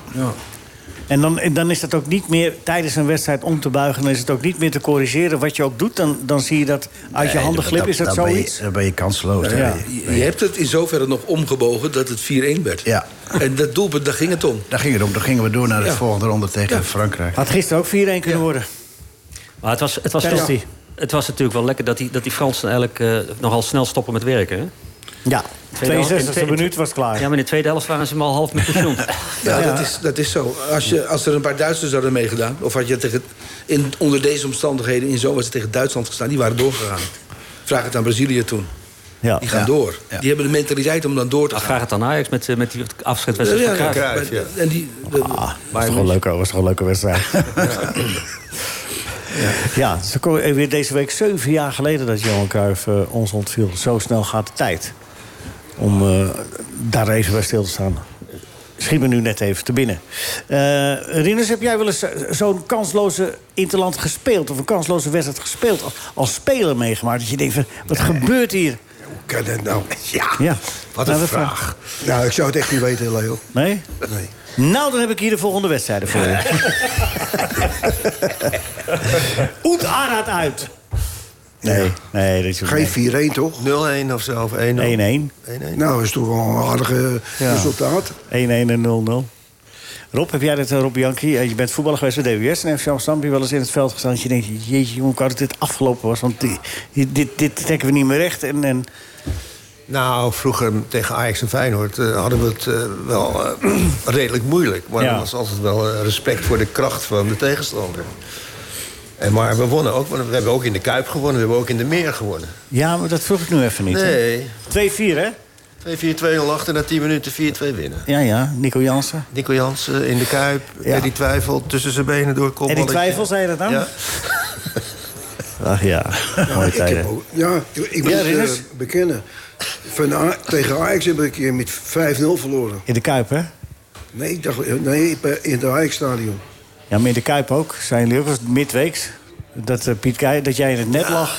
En dan, en dan is dat ook niet meer tijdens een wedstrijd om te buigen. Dan is het ook niet meer te corrigeren wat je ook doet. Dan, dan zie je dat uit je
Nee,
handen
dat-
glip.
dat-
Is dat
daar ben je-
zoiets?
Daar ben je kansloos.
Ja.
Ja.
Je, je hebt het in zoverre nog omgebogen dat het 4-1 werd.
Ja.
En dat doelpunt, daar ging het om.
Daar ging het om. Daar gingen we door naar de
Ja.
volgende ronde tegen
Ja.
Frankrijk.
Had gisteren ook 4-1 kunnen worden.
Maar het was, het was,
Penalty.
wel- het was natuurlijk wel lekker dat die, dat die Fransen eigenlijk eh, nogal snel stoppen met werken. Hè?
Ja.
In
62e
tweede-
minuut was klaar.
Ja, maar in de tweede helft waren ze maar al half met pensioen.
Ja, Dat, is, dat is zo. Als, je, als er een paar Duitsers hadden meegedaan... of had je tegen, in, onder deze omstandigheden in zo'n wedstrijd tegen Duitsland gestaan... die waren doorgegaan. Vraag het aan Brazilië toen.
Ja.
Die gaan
Ja.
door.
Ja.
Die hebben de mentaliteit om dan door te
Nou,
gaan.
vraag het aan Ajax met, eh, met die afscheidwedstrijd van Cruijff.
Cruijff, ja.
En die, de-
was toch, een leuke, was toch een leuke
*laughs*
wedstrijd. ja. ja, ze komen eh, weer deze week zeven jaar geleden dat Johan Cruijff eh, ons ontviel. Zo snel gaat de tijd. Om eh, daar even bij stil te staan. Schiet me nu net even te binnen. Eh Rinus, heb jij wel eens eh, zo'n kansloze interland gespeeld? Of een kansloze wedstrijd gespeeld? Als, als speler meegemaakt? Dat je denkt, van, wat gebeurt hier?
Hoe kan dat nou?
Ja,
Wat
Nou,
een
dat
vraag.
Nou, ik zou het echt niet weten, Leo.
Nee? Nou, dan heb ik hier de volgende wedstrijden voor *laughs* je. Oet Arad uit. Nee, nee, dat is ook niet.
Geen 4-1, toch?
0-1 of zo, of 1-0.
1-1.
1-1.
Nou, dat is toch wel een aardige
Ja.
resultaat.
1-1 en 0-0. Rob, heb jij dat, eh, Rob Bianchi? eh, Je bent voetballer geweest bij DWS en heeft Amsterdam je wel eens in het veld gestaan. Dat je denkt, jeetje, jongen, ik wou dat dit afgelopen was. Want die- dit, dit, dit trekken we niet meer recht. En, en
Nou, vroeger tegen Ajax en Feyenoord eh, hadden we het eh, wel eh, *clears throat* redelijk moeilijk. Maar
Ja.
er was altijd wel eh, respect voor de kracht van de tegenstander. En, maar we wonnen ook. want We hebben ook in de Kuip gewonnen. We hebben ook in de Meer gewonnen.
ja, maar dat vroeg ik nu even niet. hè?
Nee.
2-4, hè?
2-4-2 achter oh, na 10 minuten 4-2 winnen.
Ja, ja, Nico Jansen.
Nico Jansen eh, in de Kuip.
Ja.
Eddie Twijfel tussen zijn benen door.
En die twijfel, zei je dat dan?
Ja.
Ach ja, mooie
Ik heb
tijden.
ook, ja, ik, ik moet
Ja,
het, eh,
Rinus?
bekennen. Van A- tegen Ajax heb ik een keer met 5-0 verloren.
In de Kuip, hè?
Nee, ik dacht, eh, nee bij- in het Ajax-stadion.
Ja, maar in de Kuip ook. Zijn jullie ook wel eens midweeks? Dat, eh, Piet Keij, dat jij in het net lag.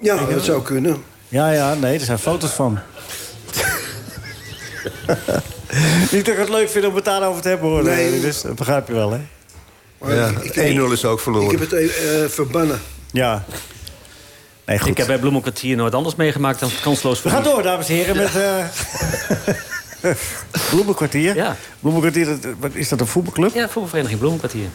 Ja, dat zou kunnen.
Ja, ja, nee, er zijn foto's van. *laughs* Niet dat ik het leuk vind om het daarover te hebben, hoor.
Nee.
Dus dat begrijp je wel, hè?
Maar
Ja,
ik, ik-
1-0 is ook
ik
verloren.
heb het eh, eh, verbannen.
Ja. Nee, goed.
Ik heb bij Bloemenkwartier nooit anders meegemaakt dan kansloos
We gaan
verlies.
door, dames en heren, met... eh
*laughs*
Bloemenkwartier?
Ja.
Bloemenkwartier, dat- wat is dat een voetbalclub?
Ja, voetbalvereniging Bloemenkwartier.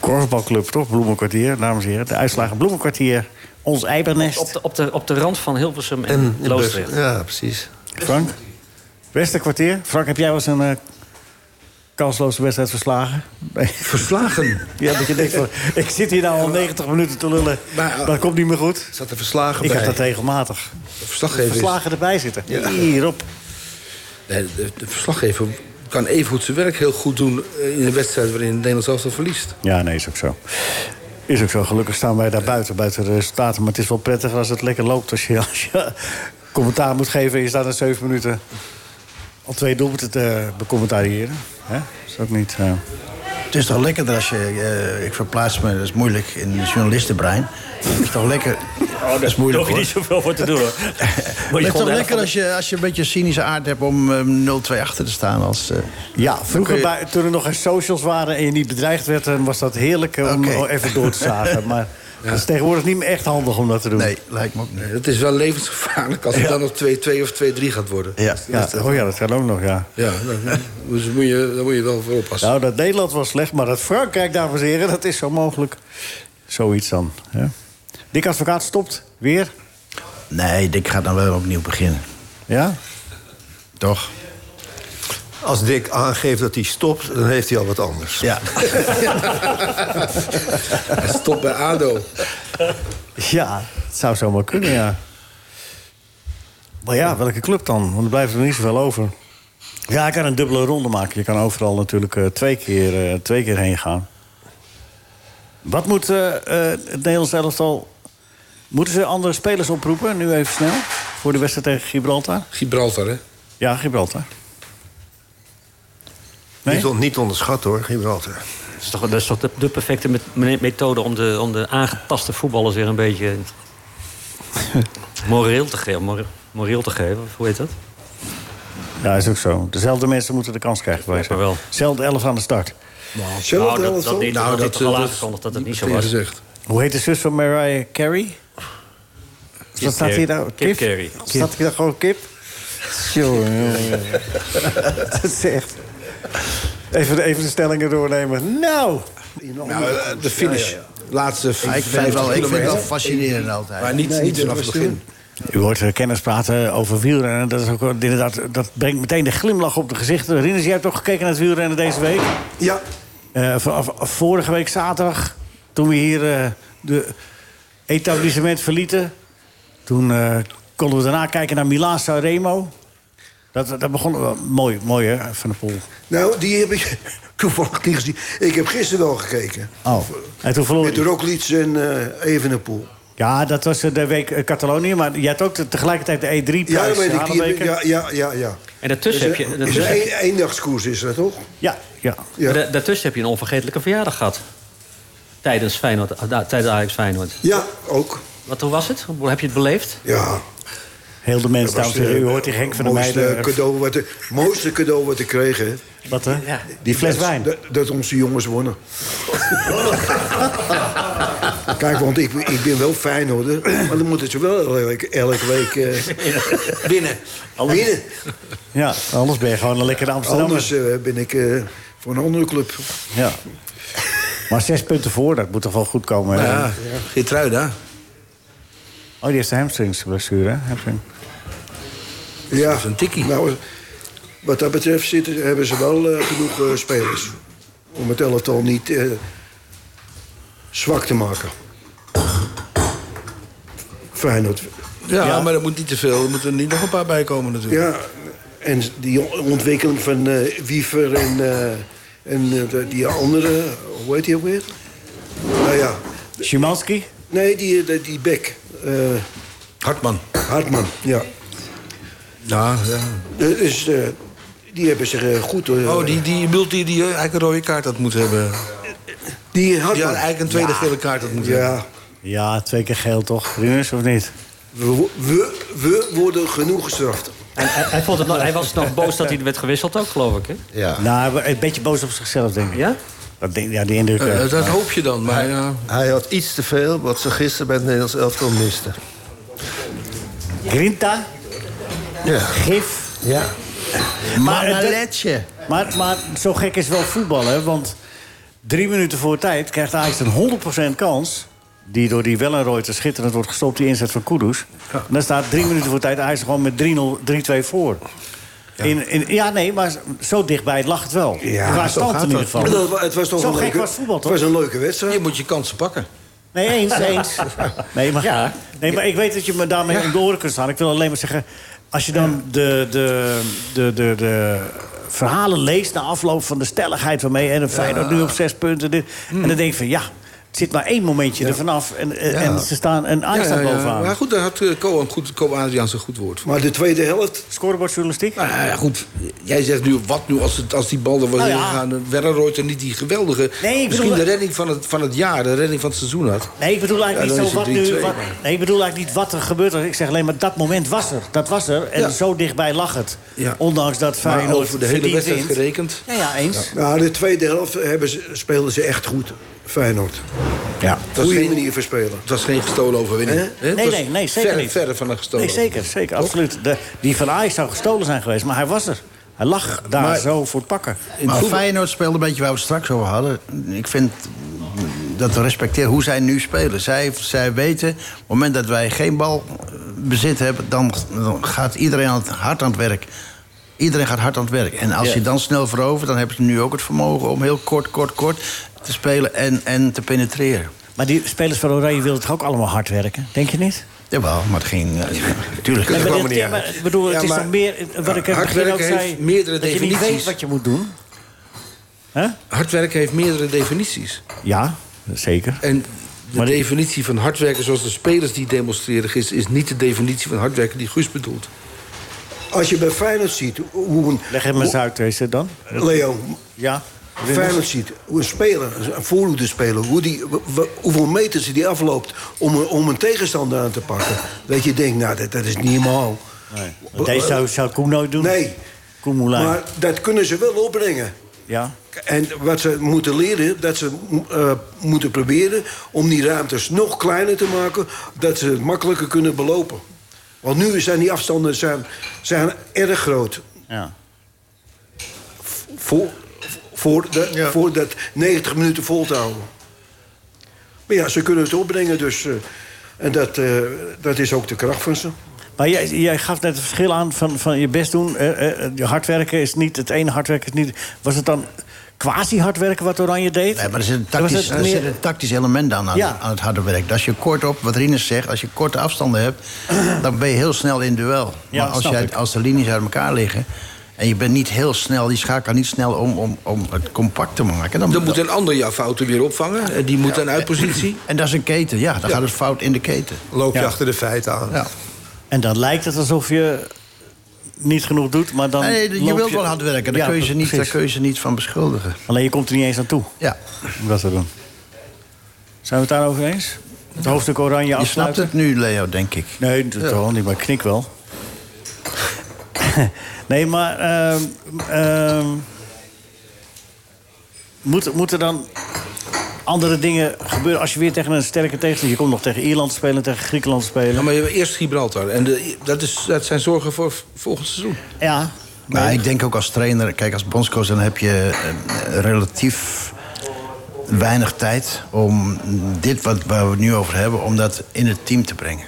Korfbalclub, toch? Bloemenkwartier, dames en heren. De uitslagen Bloemenkwartier, ons eibernest.
Op de, op, de, op de rand van Hilversum en,
En in
Loosdrecht.
Bus- Ja, precies.
Frank? Westerkwartier? Frank, heb jij wel eens een eh, kansloze wedstrijd verslagen? Nee. *laughs*
Verslagen.
Ja, dat je denkt van, ik zit hier nou al 90 minuten te lullen.
Maar, eh,
dat komt niet meer goed.
Zat er verslagen
Ik
bij.
heb dat regelmatig.
Verslaggever is-
Verslagen erbij zitten. Hierop.
Nee, de, de verslaggever kan even goed zijn werk heel goed doen... eh, in een wedstrijd waarin het Nederlands elftal verliest.
Ja, nee, is ook zo. Is ook zo. Gelukkig staan wij daar buiten, buiten de resultaten. Maar het is wel prettiger als het lekker loopt. Als je, *laughs* als je commentaar moet geven en je staat na zeven minuten... al twee doelpunten te becommentariëren. Hè? Is ook niet... eh,
Het is toch lekkerder als je... eh, ik verplaats me, dat is moeilijk, in het journalistenbrein. Het is toch
Oh,
lekker... dat is
Daar
moeilijk,
hoef je
hoor.
niet zoveel voor te doen,
*laughs*
hoor. Moet
Het
je
is
gewoon de
toch lekker
helft
als je, als je een beetje cynische aard hebt om eh, 0-2 achter te staan. Als, eh,
Ja, vroeger,
kun je-
bij- toen er nog geen socials waren en je niet bedreigd werd... dan was dat heerlijk eh, om
Oké.
even door te
*laughs*
zagen. Maar dat is tegenwoordig niet meer echt handig om dat te doen.
nee, lijkt me ook niet.
Het is wel levensgevaarlijk als het dan op 2-2 of 2-3 gaat worden.
Ja.
Ja, oh ja, dat kan ook nog, ja.
Ja, dan, dus moet je, daar moet je wel voor oppassen.
Nou, dat Nederland was slecht, maar dat Frankrijk, dames en heren... dat is zo mogelijk zoiets dan. Hè? Dick Advocaat stopt weer.
Nee, ik ga dan wel opnieuw beginnen.
Ja?
Toch?
Als Dick aangeeft dat hij stopt, dan heeft hij al wat anders.
*laughs* Ja.
Hij stopt bij ADO.
Ja, het zou zomaar kunnen, ja. Maar ja, welke club dan? Want er blijft er niet zoveel over. Ja, hij kan een dubbele ronde maken. Je kan overal natuurlijk eh, twee, keer, eh, twee keer heen gaan. Wat moet eh, eh, het Nederlands elftal... Moeten ze andere spelers oproepen, nu even snel? Voor de wedstrijd tegen Gibraltar?
Gibraltar, hè?
Ja, Gibraltar. Nee?
Niet, on- niet onderschat hoor, Gibraltar.
Dat is toch, dat is toch de, de perfecte met- me- methode om de, om de aangetaste voetballers weer een beetje... moreel te geven. mor- moreel te geven, hoe heet dat?
Ja, is ook zo. Dezelfde mensen moeten de kans krijgen. bij
Ja,
zijn.
wel.
Zelfde elf aan de start.
Zelfde
nou, dat,
elftal?
dat, deed- dat,
Nou,
dat,
dat,
toch al
eh, dat-
aangekondigd dat het niet zo
Meteen
was.
gezegd.
Hoe heet de zus van Mariah Carey? Wat staat hier nou?
Kip Carey.
Staat hier dan gewoon kip? Jongen, jongen, jongen. Dat is echt... Even, even de stellingen doornemen. Nou!
Nou, eh, de finish. Laatste
Maar ik vind het
50
wel, ik vind het wel
kilometer.
fascinerend altijd.
Maar niet, niet vanaf het begin.
U hoort eh, kennis praten over wielrennen. Dat, is ook, wel- inderdaad, dat brengt meteen de glimlach op de gezichten. Rinus, jij hebt toch gekeken naar het wielrennen deze week?
Ja,
Eh, vanaf vorige week zaterdag, toen we hier eh, de etablissement verlieten... toen eh, konden we daarna kijken naar Milaan Sanremo. Dat, dat begon wel mooi, mooi hè, Van de Poel.
nou, die heb ik *laughs* toevallig niet gezien. Ik heb gisteren wel gekeken.
Oh. En toen verloor
Met
hij.
Roglic en eh Evenepoel.
Ja, dat was eh, de week eh, Catalonië. Maar je had ook te- tegelijkertijd de E E3-prijs.
Ja, dat weet ik. Die heb ik- ja, ja, ja, ja.
En daartussen Dus heb je...
Is
daartussen heb je-
een eendagskoers is dat toch?
ja, ja.
Ja.
Da- daartussen heb je een onvergetelijke verjaardag gehad. Tijdens, Feyenoord, ah, da- tijdens Ajax Feyenoord.
Ja, ook.
Wat, hoe was het? Hoe heb je het beleefd?
Ja. eh,
Heel de mensen, dames en heren. U hoort die Henk van der
mooiste
Meijden. eh,
Cadeau wat, ik- mooiste cadeau wat ik kreeg, hè.
Wat hè?
Ja.
Die fles wijn.
Dat, dat onze jongens wonnen. Kijk, want ik, ik ben wel fijn hoor. Maar dan moeten ze wel elke, elke week eh, winnen. winnen.
Ja, anders ben je gewoon een lekkere Amsterdammer.
Anders eh, ben ik eh, voor een andere club.
Ja. Maar zes punten voor, dat moet toch wel goed komen. hè?
Ja, Geertruida.
Oh, die heeft de hamstringsblessure, hè? Hamstring.
Ja.
is een tikkie.
Nou, wat dat betreft zitten, hebben ze wel eh, genoeg eh, spelers. Om het elftal niet eh, zwak te maken. Feyenoord.
Ja, maar dat moet niet te veel. Er moeten er niet nog een paar bij komen natuurlijk.
Ja, en die ontwikkeling van eh Wiever en, eh, en eh, de- die andere, hoe heet die ook weer? Nou ja,
Szymanski?
nee, die, die, die Beck. eh,
Hartman.
Hartman, ja.
Ja, ja.
Eh, Dus eh, die hebben zich eh, goed... eh,
Oh, die, die multi die eh, eigenlijk een rode kaart had moeten hebben.
die
Die had
Hartman.
eigenlijk een tweede gele kaart had moeten hebben.
ja,
Ja, twee keer geel toch? Rinus, of niet?
we, wo- we, we worden genoeg gestraft.
En, hij, hij vond het nog- hij was nog boos dat hij werd gewisseld ook, geloof ik. Hè?
Ja.
Nou, hij was een beetje boos op zichzelf, denk ik.
Ja?
Dat, denk- ja, die indruk... eh,
Eh, dat hoop je dan, maar ja.
Hij had iets te veel wat ze gisteren bij het Nederlands elftal misten.
Grinta,
Ja.
gif.
ja.
Maar, eh, dat-
Manaletje.
maar, maar zo gek is wel voetbal, hè? Want drie minuten voor tijd krijgt Ajax een 100% kans... die door die Wellenreuter schitterend wordt gestopt, die inzet van Kudus. En dan staat drie minuten voor tijd Ajax gewoon met 3-0, 3-2 voor. Ja. In, in, ja, nee, maar zo dichtbij lag het wel.
Ja,
Qua
zo
stand
gaat
in
dat.
ieder geval.
Maar dat wa- het was toch
zo
een
gek
leuke,
was voetbal, toch?
Het was een leuke
Je
wedstrijd.
moet je kansen pakken.
Nee,
*laughs*
eens, eens. Nee, maar,
Ja.
nee, maar ik weet dat je me daarmee om de oren kunt staan. Ik wil alleen maar zeggen, als je dan de, de, de, de, de verhalen leest na afloop van de stelligheid waarmee en een Feyenoord nu op zes punten. Dit, En
Hmm.
dan denk je van ja, het zit maar één momentje er vanaf. En, en- en ze staan en Ajax staat bovenaan.
Maar goed, daar had eh, Ko een goed, Ko Adriaans een goed woord voor.
Maar de tweede helft,
Scorebordjournalistiek?
Nou ja, goed. Jij zegt nu, wat nu als, het, als die bal er was
Nou ja.
ingegaan? Dan Werner er niet die geweldige...
Nee, ik
misschien
bedoel-
de redding van het, van het jaar, de redding van het seizoen had.
Nee, ik bedoel
Ja,
eigenlijk
dan
niet
is
zo wat
het
nu.
3-2,
Wat,
maar-
nee, ik bedoel eigenlijk niet wat er gebeurd is. Ik zeg alleen maar dat moment was er. Dat was er. En
Ja.
zo dichtbij lag het.
Ja.
Ondanks dat
Maar
Feyenoord
over de hele
verdiend
wedstrijd
wint.
gerekend.
Ja, ja, eens.
nou, de tweede helft hebben ze, speelden ze echt goed. Feyenoord.
Ja.
Goede
geen-
manier verspelen.
Het was geen gestolen overwinning.
Hè?
hè? Het
Nee,
was
nee, nee, zeker
verre,
niet.
Verre van een gestolen
Nee, zeker, zeker, absoluut. De, die van Ajax zou gestolen zijn geweest, maar hij was er. Hij lag daar
maar-
zo voor het pakken.
Maar Feyenoord speelde een beetje waar we het straks over hadden. Ik vind dat we respecteren hoe zij nu spelen. Zij, zij weten, op het moment dat wij geen bal eh, bezit hebben... dan, dan gaat iedereen aan het- hard aan het werk. Iedereen gaat hard aan het werk. En als je dan snel verovert, dan heb je nu ook het vermogen... om heel kort, kort, kort te spelen en, en te penetreren.
Maar die spelers van Oranje wilden toch ook allemaal hard werken? Denk je niet?
Jawel, maar het ging... eh, Tuurlijk.
Nee,
kwam
maar
er
dit-
niet
ja, maar
uit.
ik bedoel,
Ja,
het is
maar
dan meer... Wat ik in het
hard
begin ook
werken
zei,
heeft meerdere
dat je niet weet
definities.
wat je moet doen. Hè?
Hard werken heeft meerdere definities.
Ja, zeker.
En de
Maar die-
definitie van hard werken zoals de spelers die demonstreren gisteren... is niet de definitie van hard werken die Guus bedoelt.
Als je bij Feyenoord ziet hoe een...
Leg hem eens uit, weet je dan.
Leo,
Ja.
Feyenoord ziet hoe een speler, een voorhoede speler... Hoe die, w- w- hoeveel meters die afloopt om een, om een tegenstander aan te pakken. Dat je denkt, nou, dat, dat is niet normaal.
Want Deze zou, zou Koen nooit doen.
Nee.
Koen Moulijn.
Maar dat kunnen ze wel opbrengen.
Ja.
En wat ze moeten leren, dat ze eh, moeten proberen om die ruimtes nog kleiner te maken, dat ze het makkelijker kunnen belopen. Want nu zijn die afstanden zijn, zijn erg groot.
ja.
Voor, voor, de, voor dat 90 minuten vol te houden. Maar ja, ze kunnen het opbrengen, dus. eh, en dat, eh, dat is ook de kracht van ze.
Maar jij, jij gaf net het verschil aan van, van je best doen. eh, eh, je hard werken is niet, het ene hard werken is niet... Was het dan quasi hard werken wat Oranje deed?
Nee, maar er zit een
Dan was
tactisch,
het
er
meer-
zit een tactisch element aan, aan,
Ja.
aan het harde werk. Als je kort op, wat Rinus zegt, als je korte afstanden
*clears throat*
hebt... dan ben je heel snel in duel.
Ja,
maar als,
snap
jij,
ik.
als de linies uit elkaar liggen... en je bent niet heel snel, die schakel niet snel om, om, om het compact te maken...
Dan moet een ander jouw fouten weer opvangen. En die moet dan uit positie.
En dat is een keten, ja. Dan gaat het fout in de keten.
Loop je
Ja.
achter de feiten aan.
Ja.
En dan lijkt het alsof je niet genoeg doet, maar dan...
Nee, je
loop
wilt wel hard werken, daar,
Ja,
kun je ze niet, daar
precies.
kun je ze niet van beschuldigen.
Alleen je komt er niet eens aan toe
Ja,
om dat te doen. Zijn we het daarover eens? Het hoofdstuk Oranje
je snapt
afsluiten?
het nu, Leo, denk ik.
Nee, dat wel niet, maar ik knik wel. *laughs* nee, maar... ehm, ehm, moet, moeten dan andere dingen gebeuren als je weer tegen een sterke tegenstander... Je komt nog tegen Ierland spelen, tegen Griekenland
Ja,
spelen.
maar je hebt eerst Gibraltar. En de- dat, is, dat zijn zorgen voor v- volgend seizoen.
Ja,
Maar ik denk ook als trainer, kijk, als bondscoach dan heb je eh, relatief weinig tijd om dit wat waar we het nu over hebben, om dat in het team te brengen.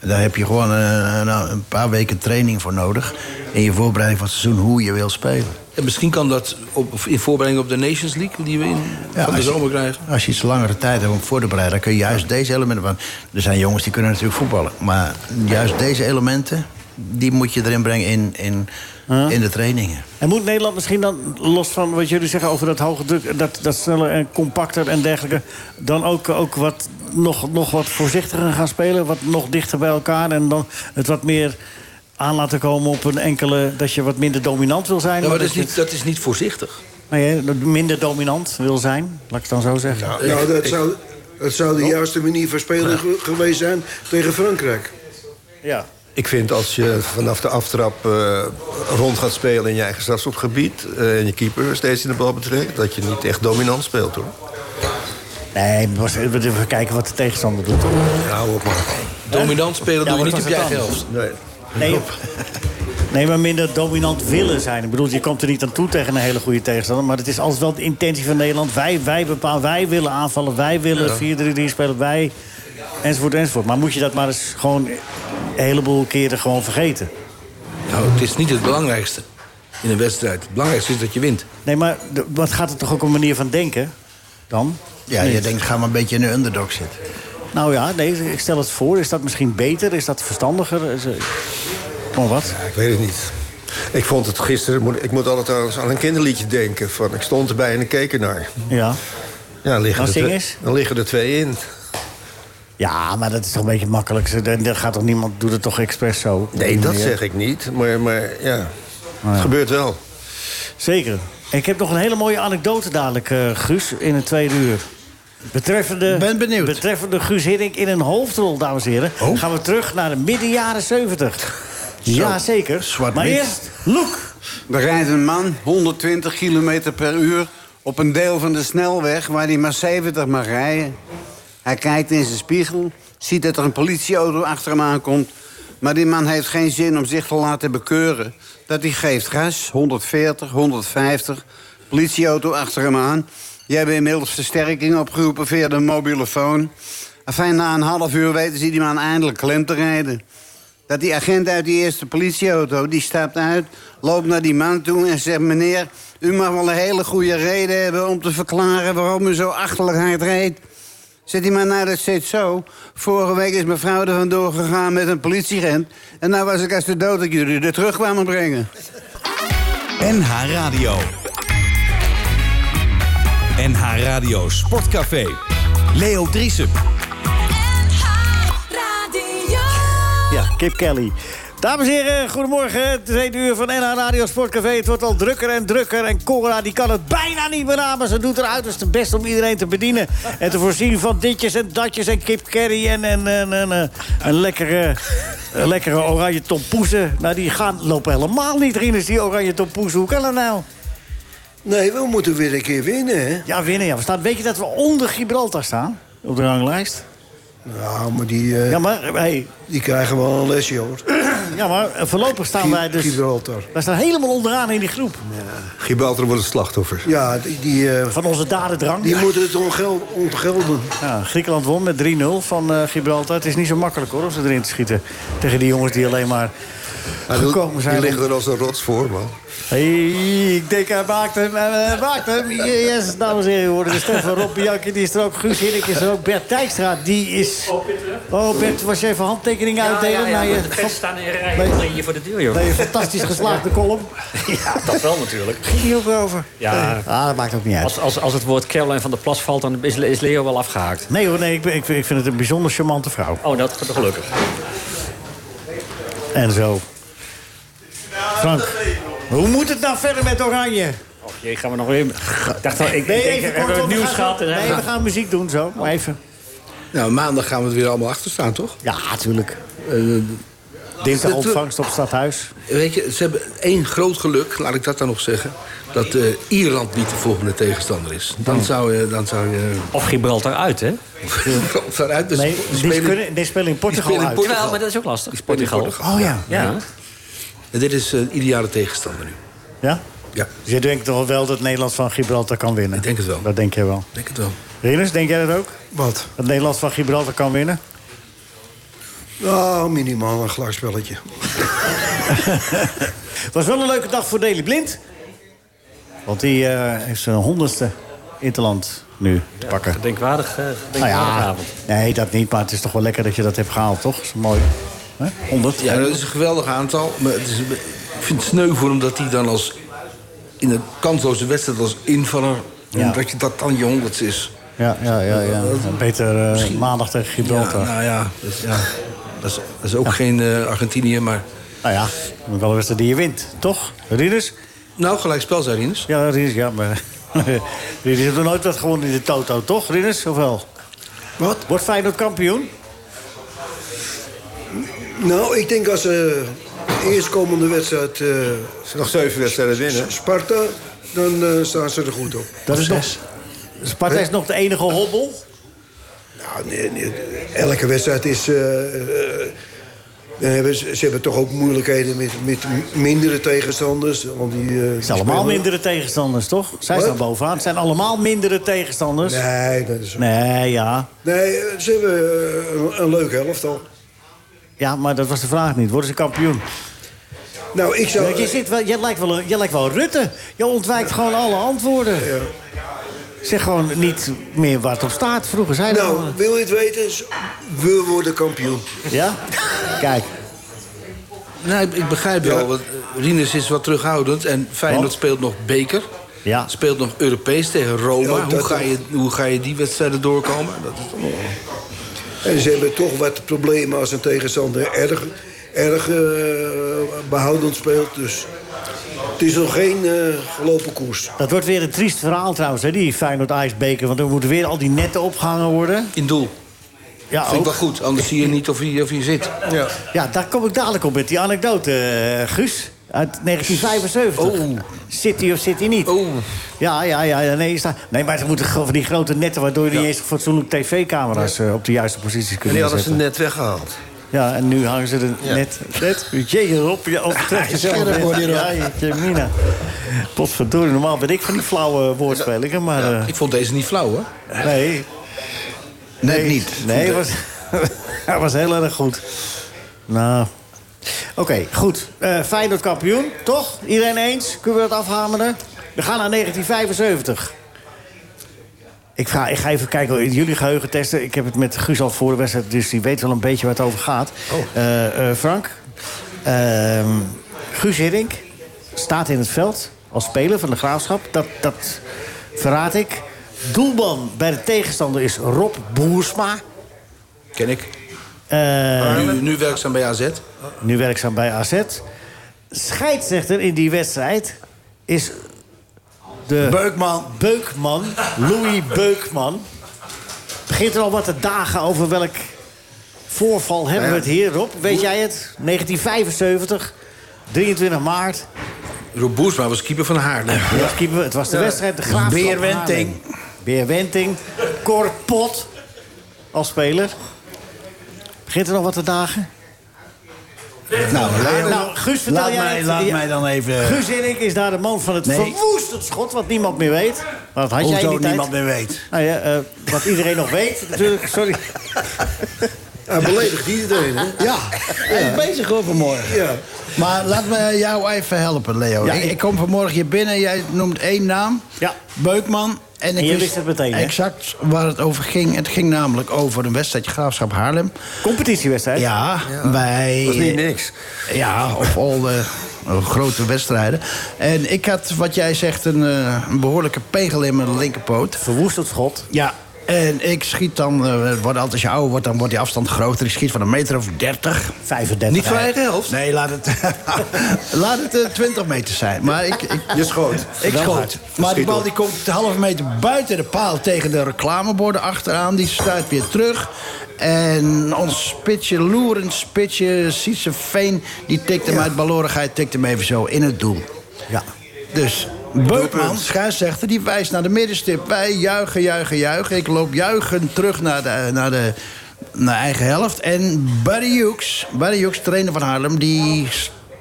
Daar heb je gewoon eh, nou, een paar weken training voor nodig. In je voorbereiding van het seizoen, hoe je wil spelen.
En misschien kan dat op, of in voorbereiding op de Nations League... die we in, van de
als je-
zomer krijgen.
Als je iets langere tijd hebt om voor te bereiden, dan kun je juist deze elementen. Want er zijn jongens die kunnen natuurlijk voetballen. Maar juist deze elementen, die moet je erin brengen in, in, in de trainingen.
En moet Nederland misschien dan, los van wat jullie zeggen over dat hoge druk, dat, dat sneller en compacter en dergelijke, dan ook, ook wat, nog, nog wat voorzichtiger gaan spelen? Wat nog dichter bij elkaar en dan het wat meer aan laten komen op een enkele, dat je wat minder dominant wil zijn?
Ja, maar
maar
dat is
je-
niet, dat is niet voorzichtig.
Nee, hè, dat minder dominant wil zijn, laat ik het dan zo zeggen.
Nou, dat zou,
Oh.
dat zou de juiste manier van spelen ge- geweest zijn tegen Frankrijk.
Ja.
Ik vind als je vanaf de aftrap eh, rond gaat spelen in je eigen strafschopgebied... eh, en je keeper steeds in de bal betrekt... dat je niet echt dominant speelt, hoor.
Nee, we moeten even kijken wat de tegenstander doet.
Nou, op maar.
Dominant spelen
Ja,
doe je
maar
niet op
dat
je
was
eigen
het
helft.
Nee.
Nee, nee, maar minder dominant willen zijn. Ik bedoel, je komt er niet aan toe tegen een hele goede tegenstander. Maar het is altijd wel de intentie van Nederland. Wij, wij bepalen, wij willen aanvallen. Wij willen 4-3-3 spelen. Wij, enzovoort, enzovoort. Maar moet je dat maar eens gewoon een heleboel keren gewoon vergeten.
Nou, het is niet het belangrijkste in een wedstrijd. Het belangrijkste is dat je wint.
Nee, maar de- wat gaat het toch ook om manier van denken dan?
Ja, je denkt, ga maar een beetje in de underdog zitten.
Nou ja, nee, ik stel het voor. Is dat misschien beter? Is dat verstandiger? Is, eh, Gewoon wat?
Ja, ik weet het niet. Ik vond het gisteren... moet- Ik moet altijd aan- aan een kinderliedje denken. Van, ik stond erbij en ik keek ernaar.
Ja.
Ja, liggen
Nou,
er
zing
twee-
eens.
dan liggen er twee in.
ja, maar dat is toch een beetje makkelijk. Ze- dat- Dat gaat toch niemand doet het toch expres zo?
Nee, dat
Ja.
zeg ik niet. Maar, maar ja, het gebeurt wel.
Zeker. Ik heb nog een hele mooie anekdote dadelijk, eh, Guus, in het tweede uur. Betreffende,
Ben benieuwd.
Betreffende Guus Hiddink in een hoofdrol, dames en heren.
Oh.
Gaan we terug naar de midden jaren 70. Ja, zeker.
zwart
maar
wit.
eerst, Loek.
Er rijdt een man 120 km per uur op een deel van de snelweg waar hij maar 70 mag rijden. Hij kijkt in zijn spiegel, ziet dat er een politieauto achter hem aankomt. Maar die man heeft geen zin om zich te laten bekeuren. Dat hij geeft gas, 140, 150, politieauto achter hem aan. Jij hebt inmiddels versterking opgeroepen via de mobiele phone. Afijn, na een half uur weten ze die man eindelijk klem te rijden. Dat die agent uit die eerste politieauto, die stapt uit... loopt naar die man toe en zegt... meneer, u mag wel een hele goede reden hebben om te verklaren... waarom u zo achterlijk hard reed. Zit die man nou, dat zit zo. Vorige week is mevrouw er vandoor gegaan met een politieagent... en nou was ik als de dood dat jullie er terug kwamen brengen.
NH Radio. NH Radio Sportcafé. Leo Driesen.
Ja, Kip Kelly. Dames en heren, goedemorgen. Het tweede uur van NH Radio Sportcafé. Het wordt al drukker en drukker. En Cora die kan het bijna niet meer aan, maar ze doet haar uiterste best om iedereen te bedienen. En te voorzien van ditjes en datjes en Kip Kelly en, en, en, en, eh, een lekkere, een lekkere oranje tompoezen. Nou, die gaan, lopen helemaal niet, Rinus, die oranje tompoezen. Hoe kan dat nou?
Nee, we moeten weer een keer winnen, hè?
Ja, winnen. Ja. We staan, weet je dat we onder Gibraltar staan? Op de ranglijst?
Nou, maar die, eh,
Ja, maar, hey,
die krijgen wel een lesje, hoor.
ja, maar eh, voorlopig staan wij dus...
Gibraltar.
Wij staan helemaal onderaan in die groep.
Gibraltar wordt het slachtoffer.
Ja, die, die, eh,
Van onze dadendrang.
die moeten het ongel- ontgelden.
Ja, Griekenland won met 3-0 van eh, Gibraltar. Het is niet zo makkelijk hoor, om ze erin te schieten. Tegen die jongens die alleen maar
Maar die-
gekomen zijn.
Die
om-
liggen er als een rots voor, man.
Hey, ik denk hij maakt hem, en hij maakt hem. eh, Yes, dames en heren, we horen de stem van Rob Bianchi, die is er ook. Guus Hiddink is er ook. Bert Dijkstra, die is... Oh, Bert, was je even handtekeningen uitdelen?
ja,
bij je-
de fans staan er
bij-
eigenlijk hier voor de deur, joh.
bij je fantastisch geslaagde *laughs* column.
Ja, dat wel natuurlijk.
Ging die ook weer over?
Ja.
Nee. Ah, dat maakt ook niet uit.
Als, als, als het woord Caroline van der Plas valt, dan is, is Leo wel afgehaakt.
Nee hoor, nee, ik, ben- ik, vind- ik vind het een bijzonder charmante vrouw.
Oh, dat gelukkig.
En zo. Frank, hoe moet het nou verder met Oranje?
Oh jee, gaan we nog weer... Ik dacht wel, ik,
Nee,
ik denk,
even
we hebben
kort,
het
want we
nieuws
gaan-
gehad. En
Nee,
hebben
we gaan muziek doen zo. Maar even.
Nou, maandag gaan we het weer allemaal achterstaan, toch?
Ja, natuurlijk.
Eh,
Dinsdag
Dat-
ontvangst op Stadhuis.
Weet je, ze hebben één groot geluk, laat ik dat dan nog zeggen... dat eh, Ierland niet de volgende tegenstander is.
Oh.
Dan zou je... Dan zou je
Of Gibraltar uit, hè?
*laughs* daaruit, dus
Nee,
die
die
spelen-
spelen, die spelen in Portugal
spelen in
uit.
Portugal.
Jawel, maar dat is ook lastig.
Die spelen in Portugal.
Oh ja.
Ja.
En dit is een ideale tegenstander nu.
ja?
Ja,
Dus je denkt toch wel dat Nederland van Gibraltar kan winnen?
Ik denk het wel.
Dat denk jij wel.
ik denk het wel.
Rinus, denk jij dat ook?
Wat?
Dat Nederland van Gibraltar kan winnen?
Nou, minimaal een glasspelletje.
Het was wel een leuke dag voor Deli Blind. Want die eh, heeft zijn honderdste interland nu te pakken.
Denkwaardig,
Nou ja,
avond.
nee, dat niet. Maar het is toch wel lekker dat je dat hebt gehaald, toch? Is mooi. Hè? 100.
Ja, dat is een geweldig aantal. Maar het is, ik vind het sneu voor hem dat hij dan als... in een kansloze wedstrijd als invaller...
Ja.
omdat je dat dan je honderdste is.
Ja, ja, ja. ja. Beter eh, maandag tegen Gibraltar.
Ja, nou ja, dat is, ja, dat is, dat is ook geen eh, Argentinië, maar...
Nou ja, maar wel een wedstrijd die je wint, toch? Rieders?
Nou, gelijk spel, zei Rinus.
Ja, Rieders, ja, maar... *laughs* Rieders heeft nog nooit wat gewonnen in de Toto, toch? Rieders, of wel?
Wat?
Wordt Feyenoord kampioen?
Nou, ik denk als ze de eerstkomende wedstrijd... eh,
Ze nog zeven wedstrijden winnen.
Sparta, dan eh, staan ze er goed op.
Dat is nog, Sparta is nog de enige hobbel.
Nou, nee, nee, elke wedstrijd is... eh, eh, dan hebben ze, ze hebben toch ook moeilijkheden met, met mindere tegenstanders. Want die, eh,
Het zijn allemaal
spelen-
mindere tegenstanders, toch? Zij
Wat?
staan bovenaan. Het zijn allemaal mindere tegenstanders.
Nee, dat is...
Nee, ja.
Nee, eh, ze hebben eh, een, een leuk helftal.
Ja, maar dat was de vraag niet. Worden ze kampioen?
Nou, ik zou...
Ja, je, zit wel, je, lijkt wel, je lijkt wel Rutte. Je ontwijkt gewoon alle antwoorden. Zeg gewoon niet meer waar het op staat. Vroeger zei dat
Nou,
al.
wil je het weten? We worden kampioen.
Ja? Kijk.
Nou, ik, ik begrijp wel. Want eh, Rinus is wat terughoudend. En Feyenoord
Want?
speelt nog beker.
Ja.
Speelt nog Europees tegen Roma.
Ja,
hoe,
dat
ga
ook.
je, hoe ga je die wedstrijden doorkomen? Dat is toch wel-
En ze hebben toch wat problemen als een tegenstander erg, erg eh, behoudend speelt. Dus het is nog geen eh, gelopen koers.
Dat wordt weer een triest verhaal trouwens, hè, die feyenoord ijsbeker. Want er moeten weer al die netten opgehangen worden.
in doel.
Ja,
Vind ik
ook.
wel goed. Anders zie je niet of je, of je zit. Ja.
ja, daar kom ik dadelijk op met die anekdote, eh, Guus. Uit 1975.
Oh.
City of City niet.
Oh.
Ja, ja, ja. ja, Nee, is daar- nee, maar ze moeten gewoon van die grote netten... waardoor je niet eens fatsoenlijk tv-camera's eh, op de juiste posities
En
kunt
die
zetten.
hadden ze net weggehaald.
Ja, en nu hangen ze er net... net Jee, Rob, je
*laughs*
overtreft jezelf.
scherp,
net.
hoor, die Rob.
Ja, jeetje, Mina. Potverdorie, normaal ben ik van die flauwe woordspelingen, maar... eh,
Ik vond deze niet flauw, hoor.
nee,
Net niet.
Nee, hij was, *laughs* hij was heel erg goed. Nou. Oké, goed. Eh Feyenoord kampioen, toch? Iedereen eens? Kunnen we dat afhameren? We gaan naar 1975. Ik ga, ik ga even kijken in jullie geheugen testen. Ik heb het met Guus al voor de wedstrijd, dus die weet wel een beetje waar het over gaat. Eh, eh, Frank, ehm, Guus Hiddink staat in het veld als speler van de graafschap. Dat, dat verraad ik. Doelman bij de tegenstander is Rob Boersma.
Ken ik.
Eh,
Nu, nu werkzaam bij AZ.
nu werkzaam bij AZ. Scheidsrechter in die wedstrijd is de
Beukman.
Beukman, Louis Beukman. Begint er al wat te dagen over welk voorval hebben we het hier, Rob? Weet jij het? 1975, 23 maart.
Rob Boersma was keeper van Haarlem.
Ja. keeper, Het was de wedstrijd, de graafschap.
Beer Wenting.
Haarlem. Beer Wenting, Cor Pot als speler. Begint er nog wat te dagen?
Nou, laat,
Nou, Guus, vertel
laat
jij
mij,
het.
laat
Ja.
mij dan even...
Guus en ik is daar de man van het
Nee.
verwoestend schot, wat niemand meer weet. Wat had jij in
hoezo
die tijd?
niemand meer weet.
Nou ja, eh, wat iedereen nog weet, natuurlijk.
*laughs*
Sorry.
Hij beledigt iedereen, hè?
Ja, hij is bezig hoor vanmorgen.
Ja.
Maar laat me jou even helpen, Leo.
Ja,
ik,
ik-
ik kom vanmorgen hier binnen, jij noemt één naam.
Ja.
Beukman. En, ik
je wist het meteen, hè?
Exact waar het over ging. Het ging namelijk over een wedstrijdje Graafschap Haarlem.
Competitiewedstrijd.
Ja, bij...
Dat is niet niks.
Ja, of al de grote wedstrijden. En ik had, wat jij zegt, een, eh, een behoorlijke pegel in mijn linkerpoot.
Verwoestend schot.
Ja. En ik schiet dan, eh, wordt altijd als je ouder wordt, dan wordt die afstand groter. Ik schiet van een meter of 30.
35.
Niet van eigen helft.
Nee, laat het, *laughs* laat het eh, 20 meter zijn. Maar ik, ik,
Je schoot.
ik
Wel
schoot.
hard.
Maar die
Schiet
bal
op.
die komt een halve meter buiten de paal tegen de reclameborden achteraan. Die stuit weer terug. En ons spitsje, loerend spitsje, Sietse Veen... die tikte hem uit balorigheid, tikte hem even zo in het doel.
Ja.
Dus Beukman, scheidsrechter, die wijst naar de middenstip. Wij juichen, juichen, juichen. Ik loop juichend terug naar de, naar de naar eigen helft. En Barry Hughes, Barry Hughes, trainer van Haarlem, die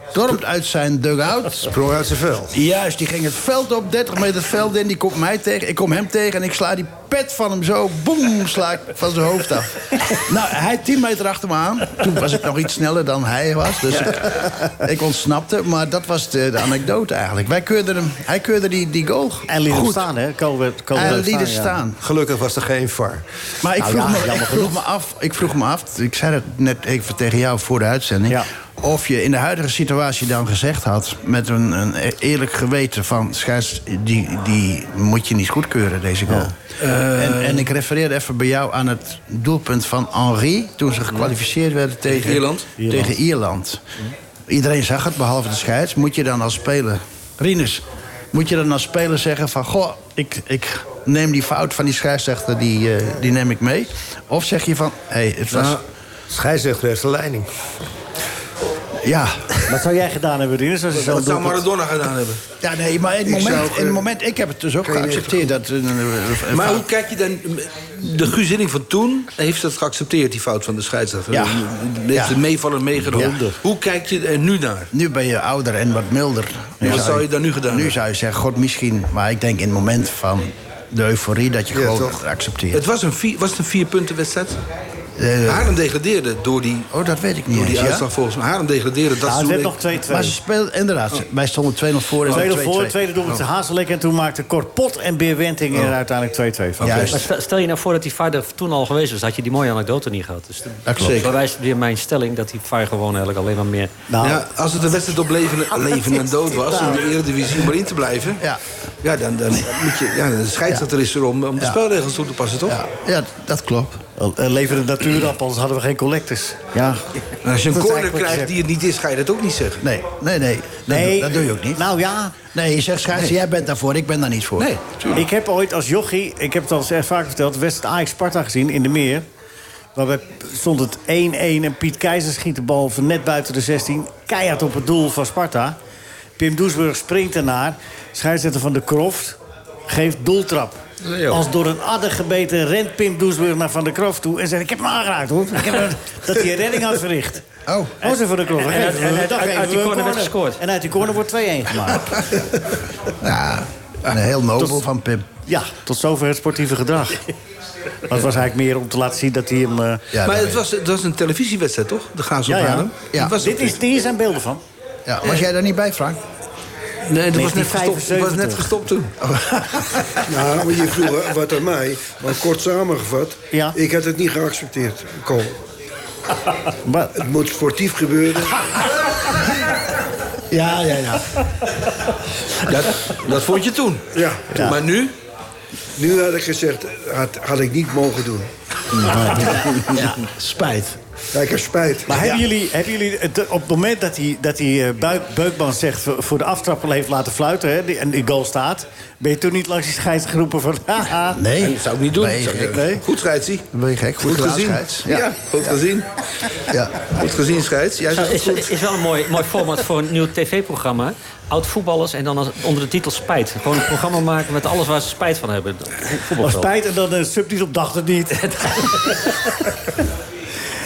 stormt uit zijn dugout.
Sprong uit zijn vel.
Juist, die ging het veld op, 30 meter het veld in. Die komt mij tegen, ik kom hem tegen en ik sla die pet van hem zo... boem, sla ik van zijn hoofd af. nou, hij 10 meter achter me aan. Toen was ik nog iets sneller dan hij was, dus ik, ik ontsnapte. Maar dat was de, de anekdote eigenlijk. Wij keurden hem, hij keurde die, die goal
En liet hem
goed.
staan, hè? Colbert, Colbert
En liet hem
ja.
staan.
Gelukkig was er geen VAR.
Maar ik
Nou
vroeg,
ja,
me, ik
jammer
vroeg me af, ik vroeg me af, ik zei dat net even tegen jou voor de uitzending...
Ja.
of je in de huidige situatie dan gezegd had... met een, een e- eerlijk geweten van, scheids, die, die moet je niet goedkeuren, deze goal. en, en ik refereerde even bij jou aan het doelpunt van Henri... toen ze gekwalificeerd werden tegen,
Ierland?
Tegen Ierland. Iedereen zag het, behalve de scheids. Moet je dan als speler... Rinus, moet je dan als speler zeggen van... Goh, ik, ik neem die fout van die scheidsrechter, die, eh, die neem ik mee. Of zeg je van, hé, hey, het was...
Nou, scheidsrechter heeft de leiding.
Ja.
Wat zou jij gedaan hebben, Rinus? Als je
Wat
zo'n
zou
doelpunt-
Maradona gedaan hebben?
Ja, nee, maar in het
Ik
moment,
zou,
in het
eh,
moment ik heb het dus ook
geen
geaccepteerd. Dat, eh, eh,
Maar
fout-
hoe kijk je dan... De Guus Hiddink van toen heeft dat geaccepteerd, die fout van de scheidsrechter.
Ja.
Heeft
Ja.
het meevallen meegenomen.
Ja.
Hoe kijk je er nu naar?
Nu ben je ouder en wat milder. Nu
Wat zou je dan nu gedaan
Nu
hebben?
zou je zeggen, god, misschien. Maar ik denk in het moment van de euforie dat je
Ja,
gewoon
toch?
accepteert.
Het was, een vier, was het een vierpuntenwedstrijd?
Eh,
Haarlem degradeerde door die,
oh, dat weet ik niet
door
eens,
die
ja?
uitslag volgens mij. Haarlem degradeerde, dat
Nou, het
is
werd
toen
nog
Maar ze
2-2.
speelden, inderdaad, wij stonden 2-0 voor. en
Tweede
werd
voor,
2-2.
tweede doelpunt Hazelek. En toen maakte Korpot en Beer Wenting er uiteindelijk 2-2 van.
Juist.
Maar stel- stel je nou voor dat die VAR er toen al geweest was... had je die mooie anekdote niet gehad. Dus
Dat klopt. Zeker.
bewijst weer mijn stelling dat die VAR gewoon eigenlijk alleen maar meer...
Nou,
Ja, als het een wedstrijd op leven, leven en dood was... om de Eredivisie maar in te blijven...
Ja.
Ja, dan, dan moet je... Ja, de scheidsrechter is er om, om de
Ja.
spelregels toe te passen, toch?
Ja, ja, dat klopt.
eh, leveren natuurappels hadden we geen collectors. Ja.
En als je een
Dat is
corner
eigenlijk wat je
krijgt
zegt.
die het niet is, ga je dat ook niet zeggen.
Nee, nee, nee. Dat,
Nee,
doe- dat doe je ook niet.
Nou ja,
Nee, je zegt scheids, jij bent daarvoor, ik ben daar niet voor.
Nee,
Ik heb ooit als jochie, ik heb het al eens vaak verteld... de wedstrijd Ajax-Sparta gezien in de meer. Waarbij stond het 1-1 en Piet Keizer schiet de bal van net buiten de 16... keihard op het doel van Sparta. Pim Doesburg springt ernaar. Scheidsrechter van de Kroft geeft doeltrap. Als door een adder gebeten rent Pim Doesburg naar Van der Kroft toe... en zegt, ik heb hem aangeraakt, hoor. Ik heb hem- dat hij een redding had verricht.
Oh.
Oh, ze Van der Kroft.
en- en- en- en-
dag,
uit-
geven
uit die
we een
corner werd gescoord.
En uit die corner wordt 2-1 gemaakt.
Ja, een heel nobel van Pim.
Ja, tot zover het sportieve gedrag. Maar het was eigenlijk meer om te laten zien dat hij hem... eh,
Ja,
maar
dat
het
weet
was, het was een televisiewedstrijd, toch? De Gaas op
Ja, ja.
Haarlem.
Ja.
Het was-
dit is, hier zijn beelden van.
ik. Ja, was jij daar niet bij, Frank?
Nee, dat was net gestopt. Het
1975.
was net gestopt toen. *laughs*
Nou, maar je vroeg wat aan mij. Maar kort samengevat,
Ja.
ik had het niet geaccepteerd. Kool.
Maar,
Het moet sportief gebeuren.
Ja, ja, ja.
Dat, dat vond je toen.
Ja.
Ja.
Maar nu?
Nu had ik gezegd, had, had ik niet mogen doen.
Spijt.
Ja, ik heb spijt.
maar hebben jullie, hebben jullie het, op het moment dat hij, dat hij eh, buik, Beukman zegt... voor voor de aftrappel heeft laten fluiten hè, die, en die goal staat... ben je toen niet langs die scheids geroepen van... *laughs* haha.
Nee.
Dat zou ik niet doen.
Nee,
Zou ik-
gek, nee.
Goed, scheidsie.
Dan ben je gek. Goed,
Goed
gedaan,
gezien.
scheids.
Ja,
Ja.
goed gezien.
ja.
Goed gezien, scheids. Jij zegt het
Nou, Is,
goed.
is wel een mooi, mooi format voor een nieuw tv-programma. Oud voetballers en dan als, onder de titel Spijt. Gewoon een programma maken met alles waar ze spijt van hebben.
Of
Voetbalveld.
spijt en dan eh, een subtitel dacht het *laughs* niet.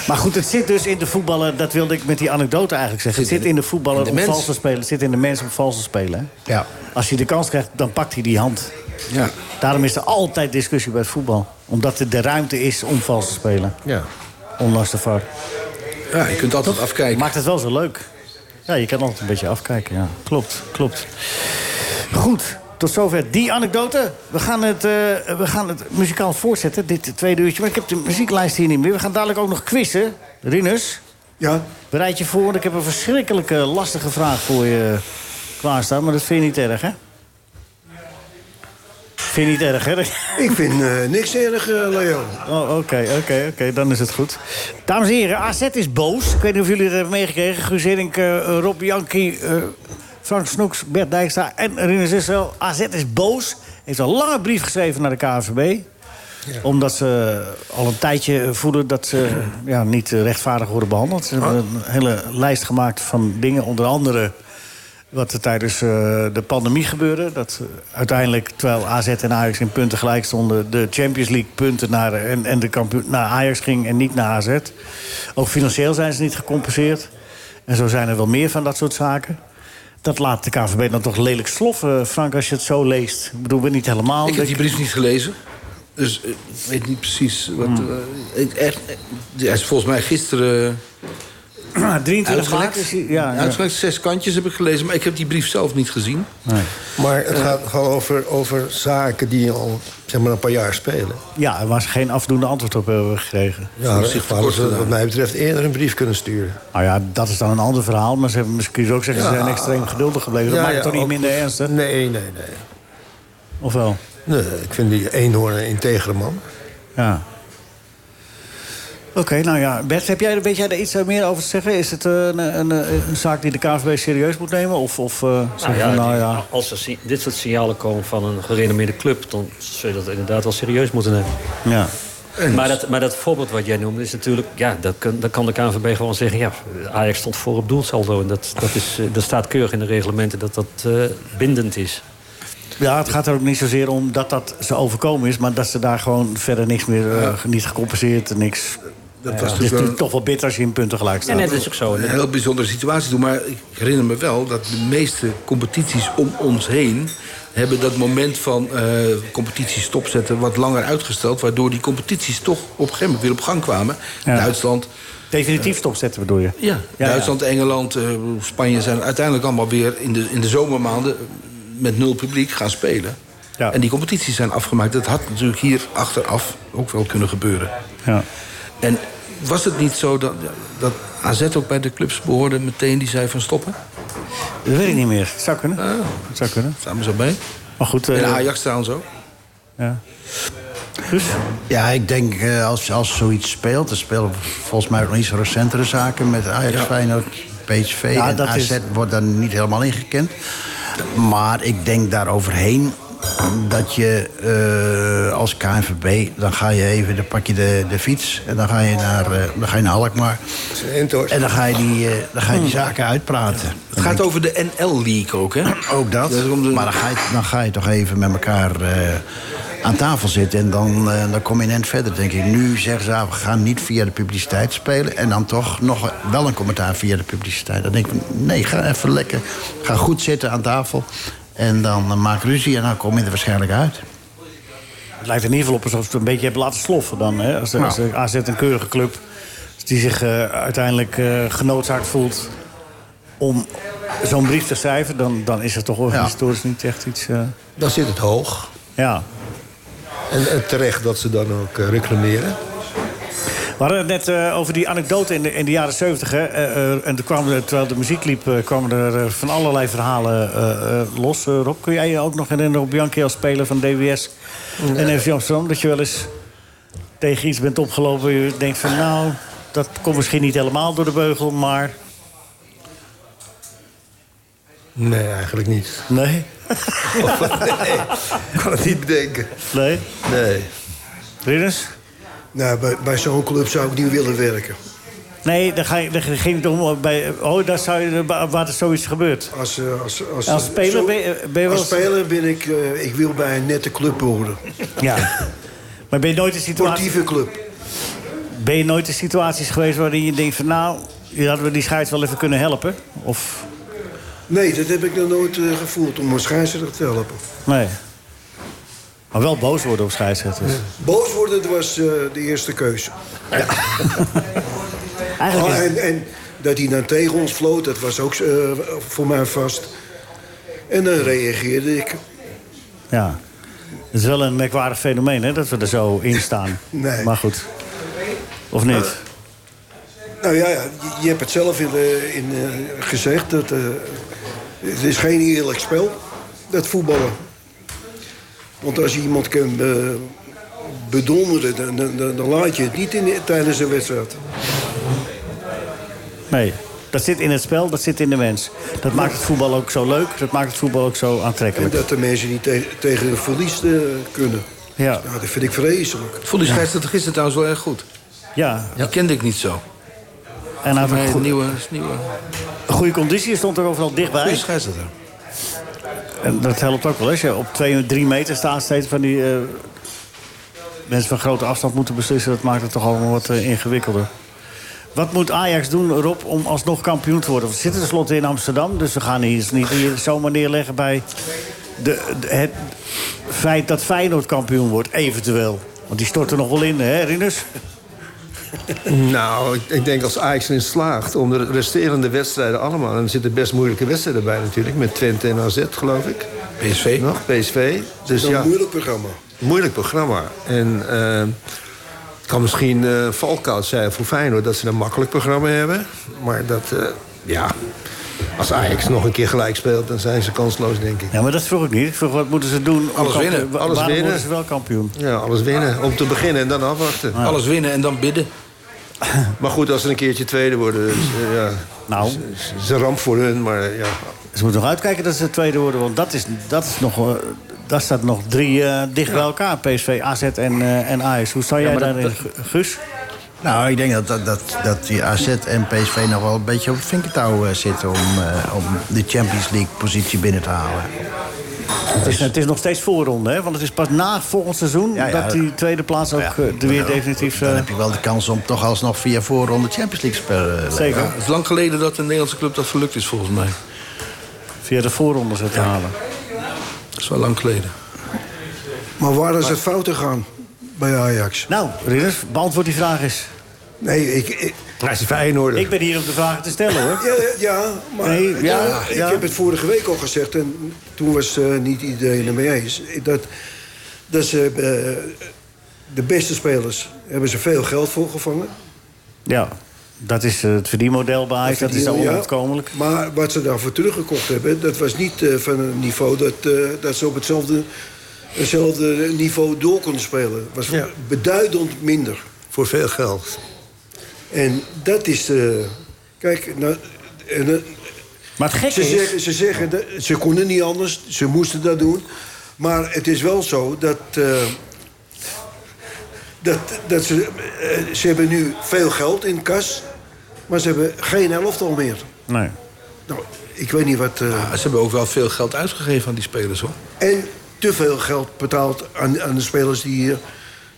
maar goed, het zit dus in de voetballer... dat wilde ik met die anekdote eigenlijk zeggen. Het zit in de voetballer om
mens.
vals te spelen. Het zit in de mens om vals te spelen. hè.
Ja.
Als hij de kans krijgt, dan pakt hij die hand.
Ja.
Daarom is er altijd discussie bij het voetbal. Omdat er de ruimte is om vals te spelen.
Ja.
Ondanks de VAR.
ja, je kunt altijd afkijken.
Maakt het wel zo leuk. Ja, je kan altijd een beetje afkijken. Ja. Klopt, klopt. Goed, tot zover die anekdote. We gaan het, eh, we gaan het muzikaal voortzetten, dit tweede uurtje. Maar ik heb de muzieklijst hier niet meer. We gaan dadelijk ook nog quizzen. Rinus,
Ja,
bereid je voor. want Ik heb een verschrikkelijke lastige vraag voor je klaarstaan. Maar dat vind je niet erg, hè? Vind je niet erg, hè?
ik vind eh, niks erg, eh, Leo.
Oh, oké, oké, oké. Dan is het goed. Dames en heren, AZ is boos. Ik weet niet of jullie het hebben meegekregen. Guus Hiddink, eh, eh, Rob Janki, eh, Frank Snoeks, Bert Dijkstra en Rinus Israël. AZ is boos. Heeft een lange brief geschreven naar de KNVB. Omdat ze al een tijdje voelen dat ze ja, niet eh, rechtvaardig worden behandeld. Ze
Oh.
hebben een hele lijst gemaakt van dingen, onder andere... Wat er tijdens eh, de pandemie gebeurde. Dat eh, uiteindelijk, terwijl AZ en Ajax in punten gelijk stonden... de Champions League punten naar, eh, en, en de kampioen, naar Ajax ging en niet naar AZ. Ook financieel zijn ze niet gecompenseerd. En zo zijn er wel meer van dat soort zaken. Dat laat de KVB dan toch lelijk sloffen, eh, Frank, als je het zo leest. Ik bedoel, we niet helemaal...
Ik heb die
Ik-
brief niet gelezen. Dus eh, ik weet niet precies wat... eh, ik, echt, eh, hij is volgens mij gisteren eh,
*clears throat* 23 maart is
uitgelekt.
die- ja, ja.
Uitgelekt, zes kantjes heb ik gelezen. Maar ik heb die brief zelf niet gezien.
Maar het gaat gewoon over, over zaken die al zeg maar, een paar jaar spelen.
ja, er was geen afdoende antwoord op hebben we gekregen.
Ja,
Voor zich
dat hadden ze
tekort
wat mij betreft eerder een brief kunnen sturen.
Nou ja, dat is dan een ander verhaal. Maar ze hebben misschien ook zeggen, ze
Ja.
zijn extreem geduldig gebleven. Dat
Ja,
maakt
ja,
het toch niet
ook-
minder ernstig?
Nee, nee, nee.
Of wel?
nee ik vind die eenhoorn een integere man.
Ja. Oké, nou ja. Bert, heb jij, weet jij daar iets meer over te zeggen? Is het eh, een, een, een zaak die de KVB serieus moet nemen? Of, of eh,
Nou
zeggen
ja,
we, nou ja.
Als er si- dit soort signalen komen van een gerenommeerde club... dan zul je dat inderdaad wel serieus moeten nemen.
ja.
Maar dat, maar dat voorbeeld wat jij noemde is natuurlijk... Ja, dat kan, dat kan de KNVB gewoon zeggen... Ja, Ajax stond voor op doelsaldo. En dat, dat, is, eh, dat staat keurig in de reglementen dat dat eh, bindend is.
Ja, het gaat er ook niet zozeer om dat dat ze overkomen is... maar dat ze daar gewoon verder niks meer, eh, niet gecompenseerd, niks...
Dat
Dat
was
was
dus
dus
wel-
natuurlijk toch wel bitter als je in punten gelijk staat.
Een heel bijzondere situatie toen. Maar ik herinner me wel dat de meeste competities om ons heen... hebben dat moment van eh, competitie stopzetten wat langer uitgesteld... waardoor die competities toch op een gegeven moment weer op gang kwamen.
Ja.
Duitsland...
Definitief stopzetten bedoel je?
Ja,
Ja,
Duitsland, Engeland, eh, Spanje zijn uiteindelijk allemaal weer in de, in de zomermaanden met nul publiek gaan spelen. En die competities zijn afgemaakt. Dat had natuurlijk hier achteraf ook wel kunnen gebeuren.
Ja.
En was het niet zo dat, dat AZ ook bij de clubs behoorde meteen die zei van stoppen?
Dat weet ik niet meer. Zou kunnen. zou kunnen.
Staan we zo bij.
Maar goed...
En
eh,
Ajax trouwens ook.
Dus?
Ja, ik denk eh, als, als zoiets speelt... dan spelen volgens mij ook nog iets recentere zaken... met Ajax,
Ja.
Feyenoord, PSV
Ja,
en
dat
AZ
is-
wordt dan niet helemaal ingekend. Maar ik denk daaroverheen dat je eh, als KNVB... dan ga je even, dan pak je de, de fiets en dan ga je naar, eh, dan ga je naar Alkmaar. En dan ga je die, eh, dan ga je die
Hmm.
zaken uitpraten.
Het gaat over de NL-league ook, hè?
Ook dat. Maar dan ga, je, dan ga je toch even met elkaar eh, aan tafel zitten. En dan, eh, dan kom je net verder, denk ik. Nu zeggen ze, ah, we gaan niet via de publiciteit spelen. En dan toch nog wel een commentaar via de publiciteit. Dan denk ik, nee, ga even lekker. Ga goed zitten aan tafel. En dan eh, maak ruzie en dan kom je er waarschijnlijk uit.
Het lijkt in ieder geval op alsof ze het een beetje hebben laten sloffen dan. Hè? Als, als
Nou.
AZ een keurige club is die zich eh, uiteindelijk eh, genoodzaakt voelt om zo'n brief te schrijven... dan, dan is er toch organisatorisch niet echt iets... eh,
Dan zit het hoog.
Ja.
En, eh, terecht dat ze dan ook eh, reclameren.
We hadden het net eh, over die anekdote in de, in de jaren zeventig. Eh, en toen kwam er, terwijl de muziek liep, eh, kwamen er eh, van allerlei verhalen eh, eh, los. Eh, Rob, kun jij je ook nog herinneren op Bianchi als speler van DWS en FC Amsterdam... dat je wel eens tegen iets bent opgelopen... je denkt van nou, dat komt misschien niet helemaal door de beugel, maar...
Nee, eigenlijk
*laughs*
*laughs*
niet.
Nee?
nee, ik kan het niet bedenken.
Nee?
Nee.
Ridders?
Nou, bij, bij zo'n club zou ik niet willen werken.
Nee, daar, ga je, daar ging het om bij... Oh, daar zou je, waar er zoiets gebeurt.
Als, eh, als, als,
Als speler ben je- ben je wel
als
eens-
speler ben ik... eh, ik wil bij een nette club
*laughs*
behoren.
Ja. Maar ben je nooit in situaties...
Sportieve club.
Ben je nooit in situaties geweest waarin je denkt van... nou, hier hadden we die scheids wel even kunnen helpen? Of...
Nee, dat heb ik nog nooit eh, gevoeld om een scheidsrechter te helpen.
Nee. Maar wel boos worden op scheidsrechters.
Boos worden dat was eh, de eerste keuze. Oh,
Eigenlijk
en, en dat hij dan tegen ons floot, dat was ook eh, voor mij vast. En dan reageerde ik.
Ja. Het is wel een merkwaardig fenomeen, hè? Dat we er zo in staan.
Nee.
Maar goed. Of niet?
Nou ja, ja, je, je hebt het zelf in, eh, in, eh, gezegd. Dat, eh, het is geen eerlijk spel, dat voetballen. Want als je iemand kan eh, bedonderen, dan, dan, dan, dan laat je het niet in, tijdens een wedstrijd.
Nee. Dat zit in het spel, dat zit in de mens. Dat maakt het voetbal ook zo leuk. Dat maakt het voetbal ook zo
En
aantrekkelijk.
dat de mensen niet te- tegen een verlies eh, kunnen.
Ja.
Nou, dat vind ik vreselijk.
Vond die scheidsrechter gisteren trouwens wel erg goed.
Ja.
Die kende ik niet zo.
En hij had
Nee,
een goe-
nieuwe, nieuwe.
goede conditie. stond er overal dichtbij.
Goeie scheidsrechter.
En dat helpt ook wel eens. Je op 2, 3 meter staat steeds van die eh, mensen van grote afstand moeten beslissen. Dat maakt het toch allemaal wat eh, ingewikkelder. Wat moet Ajax doen, Rob, om alsnog kampioen te worden? Want we zitten tenslotte in Amsterdam, dus we gaan hier niet hier zomaar neerleggen bij de, de- het feit dat Feyenoord kampioen wordt, eventueel. Want die stort er nog wel in, hè, Rinus?
Nou, ik, ik denk als Ajax erin slaagt om de resterende wedstrijden allemaal... en er zitten best moeilijke wedstrijden bij natuurlijk... met Twente en AZ, geloof ik.
PSV.
Nog, PSV. Dus
Zo'n
ja,
moeilijk programma.
moeilijk programma. En eh, het kan misschien eh valkoud zijn voor Feyenoord... dat ze een makkelijk programma hebben. Maar dat, eh, ja... Als Ajax nog een keer gelijk speelt, dan zijn ze kansloos, denk ik.
Ja, maar dat vroeg ik niet. Ik vroeg, wat moeten ze doen? om
Alles
kampioen-
winnen,
wa-
alles
waarom
winnen.
worden ze wel kampioen?
Ja, alles winnen. Om te beginnen en dan afwachten.
Alles winnen en dan bidden.
Maar goed, als ze een keertje tweede worden... Dus, eh, ja, nou. Is, is- is een ramp voor hun, maar eh, ja...
Ze moeten nog uitkijken dat ze de tweede worden. Want dat is, dat is nog, eh, daar staat nog drie eh, dicht bij elkaar. PSV, AZ en, eh, en Ajax. Hoe sta jij daarin? Guus?
Nou, ik denk dat, dat, dat, dat die AZ en PSV nog wel een beetje op het vinkertouw eh, zitten... Om, eh, om de Champions League-positie binnen te halen.
Het is, het is nog steeds voorronde, hè? Want het is pas na volgend seizoen
ja.
dat die tweede plaats ook eh, de weer definitief...
Dan heb je wel de kans om toch alsnog via voorronde Champions League te spelen. eh,
Zeker.
Het is lang geleden dat een Nederlandse club dat gelukt is, volgens mij.
Via de voorrondes het halen.
Dat is wel lang geleden.
Maar waar is het fout gegaan bij Ajax?
Nou, Ridders, beantwoord die vraag eens.
Nee, ik... ik
Hij is Feyenoord.
Ik ben hier om de vragen te stellen, hoor.
Ja, ja, maar
Nee, ja,
ja, ik
ja.
heb het vorige week al gezegd... en toen was eh, niet iedereen ermee eens... dat, dat ze, eh, de beste spelers hebben ze veel geld voor gevangen.
Ja, dat is eh, het verdienmodel bij Ajax. Dat is dan
Ja,
onuitkomelijk.
Maar wat ze daarvoor teruggekocht hebben... dat was niet eh, van een niveau dat, eh, dat ze op hetzelfde, hetzelfde niveau door konden spelen. Het was beduidend minder.
Voor veel geld.
En dat is... eh, kijk, nou, en, eh,
Maar het gekke
ze
is-
Zeggen, ze zeggen, dat- ze konden niet anders, ze moesten dat doen. Maar het is wel zo dat... eh, dat, dat ze, eh, ze hebben nu veel geld in kas, maar ze hebben geen elftal meer.
Nee.
Nou, ik weet niet wat... eh,
ze hebben ook wel veel geld uitgegeven aan die spelers, hoor.
En te veel geld betaald aan, aan de spelers die hier,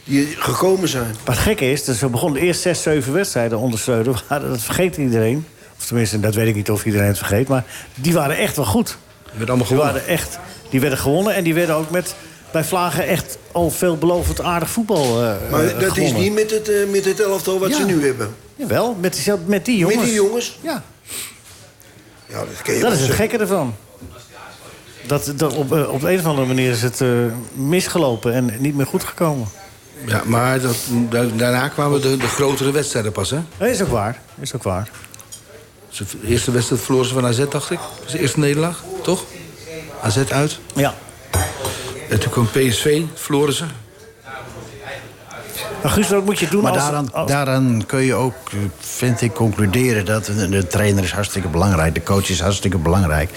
die hier gekomen zijn.
Maar het gekke is, dus we begonnen eerst zes, zeven wedstrijden onder *laughs* Schreuder. waren- Dat vergeet iedereen. Of tenminste, dat weet ik niet of iedereen het vergeet. Maar die waren echt wel goed.
Die, allemaal gewonnen.
waren echt, die werden gewonnen en die werden ook met, bij Vlagen echt al veelbelovend aardig voetbal eh
Maar
eh,
dat
gewonnen.
is niet met het, eh, met het elftal wat
Ja.
ze nu hebben.
Jawel, met die, met die jongens.
Met die jongens?
Ja.
Ja, dat ken je
Dat
wel
is het
zeggen.
gekke ervan. Dat, dat op, eh, op de een of andere manier is het eh, misgelopen en niet meer goed gekomen.
Ja, maar dat, da- daarna kwamen de, de grotere wedstrijden pas, hè?
Dat is ook waar. Is ook waar.
Ze- De eerste wedstrijd verloren ze van AZ, dacht ik. Dat is de eerste nederlaag, toch? AZ uit.
Ja.
En toen kwam PSV, verloren ze.
Maar Guus, wat moet je doen
Maar
als...
daaraan,
als-
daaraan kun je ook, eh, vind ik, concluderen dat de, de trainer is hartstikke belangrijk. De coach is hartstikke belangrijk. Op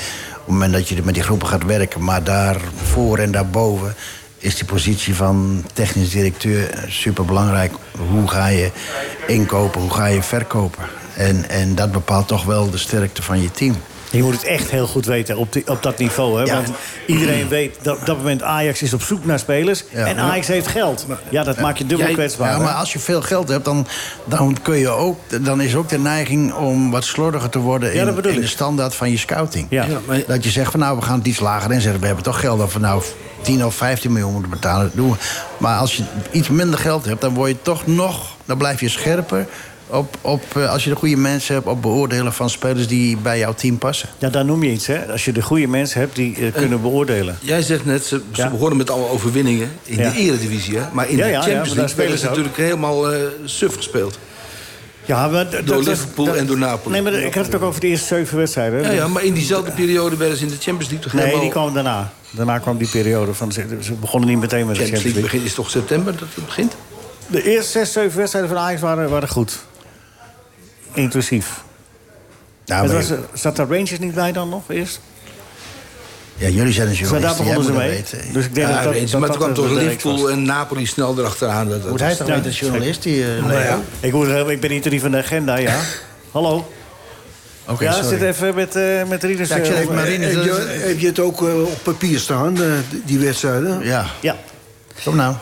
het moment dat je met die groepen gaat werken. Maar daarvoor en daarboven is die positie van technisch directeur superbelangrijk. Hoe ga je inkopen, hoe ga je verkopen? En, en dat bepaalt toch wel de sterkte van je team.
Je moet het echt heel goed weten op, die- op dat niveau. Hè?
Ja.
Want iedereen weet dat op dat moment Ajax is op zoek naar spelers.
Ja.
en Ajax heeft geld. Ja, dat maakt je dubbel
Jij-
kwetsbaar.
Ja,
hè?
maar als je veel geld hebt, dan, dan, kun je ook, dan is ook de neiging om wat slordiger te worden
Ja, dat
in,
bedoel
in
ik.
de standaard van je scouting.
Ja. Ja,
Dat je zegt van nou, we gaan het iets lager inzetten. We hebben toch geld dat we nou 10 of 15 miljoen moeten betalen. Dat doen we. Maar als je iets minder geld hebt, dan word je toch nog, dan blijf je scherper. Op, op, eh, als je de goede mensen hebt, op beoordelen van spelers die bij jouw team passen.
Ja, daar noem je iets, hè? Als je de goede mensen hebt die eh, kunnen beoordelen.
Jij zegt net, ze, ze begonnen met alle overwinningen in
Ja.
de Eredivisie, hè? Maar in
Ja,
de
ja, ja,
Champions
maar daar
League
spelen
werden ze
ze ook.
natuurlijk helemaal eh suf gespeeld.
Ja, maar d- dat-
Door
dat-
Liverpool
dat-
en door Napoli.
Nee, maar ik had het ook over de eerste zeven wedstrijden. hè?
Ja, ja, maar in diezelfde periode werden ze in de Champions League toch
Nee,
helemaal...
die kwam daarna. Daarna kwam die periode van... Ze ze begonnen niet meteen met de Champions
Champions League
League.
begint, is toch september dat het begint?
De eerste zes, zeven wedstrijden van Ajax waren, waren goed. Inclusief.
Nou,
Het
maar-
was, eh, zat daar Rangers niet bij dan nog eerst?
ja, jullie zijn een
Zo,
journalist.
daar begonnen ze mee. Dus ik denk
Ja,
dat dat,
eens,
dat,
maar toen kwam
dat
toch
wel direct was.
Liverpool en Napoli snel erachteraan. Dat, dat
Moet hij
was-
toch weten, als journalist? Die, eh,
Nou ja.
Ik, hoor, eh, ik ben niet drie van de agenda, ja. Hallo.
Oké,
ja,
sorry.
zit even met, eh met Rieders.
Ja, ik zit
eh,
even met dus- Rieders.
Heb
dat
je,
is-
heb je het ook eh, op papier staan, eh, die wedstrijden?
Ja,
Ja.
kom nou.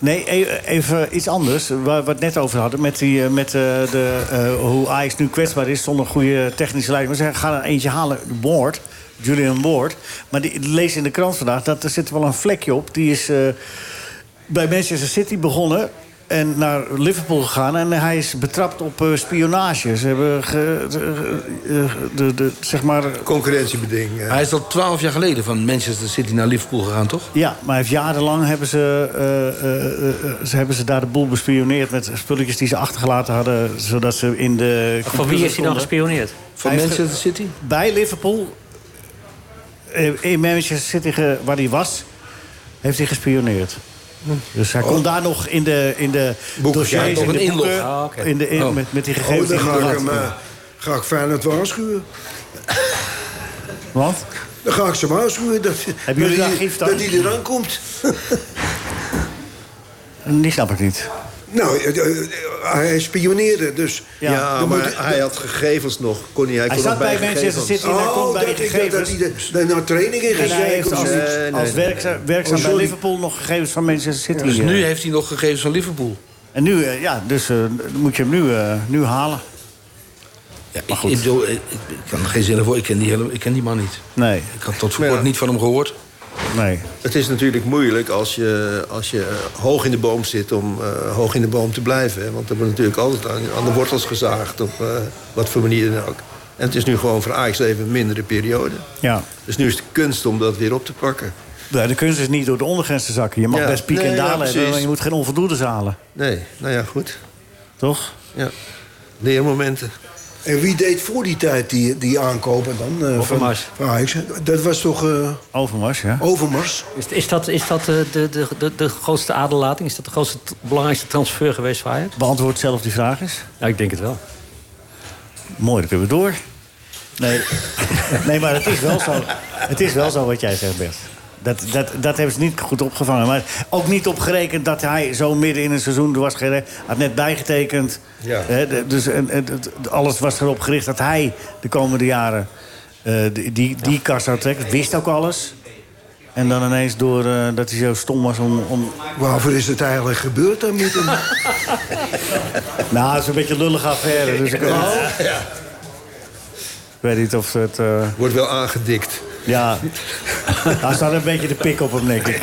Nee, e- even iets anders. Waar we het net over hadden. Met, die, eh, met eh, de, eh, hoe Ajax nu kwetsbaar is zonder goede technische leiding. We zeggen, ga er eentje halen. Ward. Julian Ward. Maar die lees in de krant vandaag dat er zit wel een vlekje op. Die is eh, bij Manchester City begonnen. En naar Liverpool gegaan. En hij is betrapt op eh, spionage. Ze hebben ge- ge- eh, de, de, zeg maar... Oh,
Concurrentiebeding. eh.
Hij is al twaalf jaar geleden van Manchester City naar Liverpool gegaan, toch?
Ja, maar hij heeft jarenlang hebben ze, eh, eh, eh, ze, hebben ze daar de boel bespioneerd... met spulletjes die ze achtergelaten hadden... zodat ze in de...
Van wie is hij dan gespioneerd?
Van
Hij heeft
Manchester City?
Bij Liverpool, eh, in Manchester City, ge- waar hij was... heeft hij gespioneerd. Dus hij kon daar nog in de, in de
Oh. Boeken, ja,
dossiers,
nog
in de
een inlog.
boeken,
Ah, oké.
in de, in-
Oh.
met, met die
Oh,
gegevens
dan
die hij
ga ik
had.
hem, eh, ga ik Feyenoord waarschuwen.
Want?
Dan ga ik ze waarschuwen dat,
Hebben jullie
dat,
een
die,
archief dan?
dat die eraan komt.
Die snap ik niet.
Nou, eh, eh, hij spioneerde dus.
Ja,
Dan
maar
moet-
hij had gegevens nog. Kon hij, hij, kon nog
oh,
gegevens.
dat ik dacht dat hij de- daar naar training in
En
ging
hij heeft
kijken. of
als,
zo.
als werkzaam, werkzaam
Oh,
bij Liverpool nog gegevens van Manchester City.
Dus
eh.
nu heeft hij nog gegevens van Liverpool.
En nu, eh, ja, dus eh, dan moet je hem nu, eh, nu halen.
Ja, ik, ik, bedoel, ik, ik- ik kan er geen zin in voor. Ik ken, die hele, ik ken die man niet.
Nee.
Ik had tot voor kort niet van hem gehoord.
Nee.
Het is natuurlijk moeilijk als je, als je eh, hoog in de boom zit om eh, hoog in de boom te blijven. Hè? Want er wordt natuurlijk altijd aan, aan de wortels gezaagd op eh, wat voor manier dan ook. En het is nu gewoon voor Ajax even een mindere periode.
Ja.
Dus nu is de kunst om dat weer op te pakken.
Nou, de kunst is niet door de ondergrens te zakken. Je mag
Ja.
best pieken
Nee,
en
ja,
dalen hebben,
precies.
maar je moet geen onvoldoendes halen.
Nee, nou ja, goed.
Toch?
Ja. Leermomenten.
En wie deed voor die tijd die, die aankopen dan? eh, van-
Overmars.
Van, Ajax? Dat was toch... eh,
Overmars, ja.
Overmars.
Is, is dat, is dat eh, de, de, de, de grootste aderlating? Is dat de grootste, t- belangrijkste transfer geweest voor Ajax?
Beantwoord zelf die vraag eens.
Nou, ik denk het wel.
Mooi, dat kunnen we door. *laughs* Nee, nee maar het is, wel zo, het is wel zo wat jij zegt, Bert. Dat, dat, dat hebben ze niet goed opgevangen. Maar ook niet opgerekend dat hij zo midden in een seizoen... Er was geen, had net bijgetekend.
Ja.
Hè, de- dus en, en- het- alles was erop gericht dat hij de komende jaren... eh, die, die, die kar zou trekken. Wist ook alles. En dan ineens door eh, dat hij zo stom was om... om...
Waarvoor is het eigenlijk gebeurd dan met hem?
Nou, het is een beetje een lullige affaire. Dus ik, ik weet niet of het... eh,
Wordt wel aangedikt.
Ja, daar staat een beetje de pik op hem, denk ik.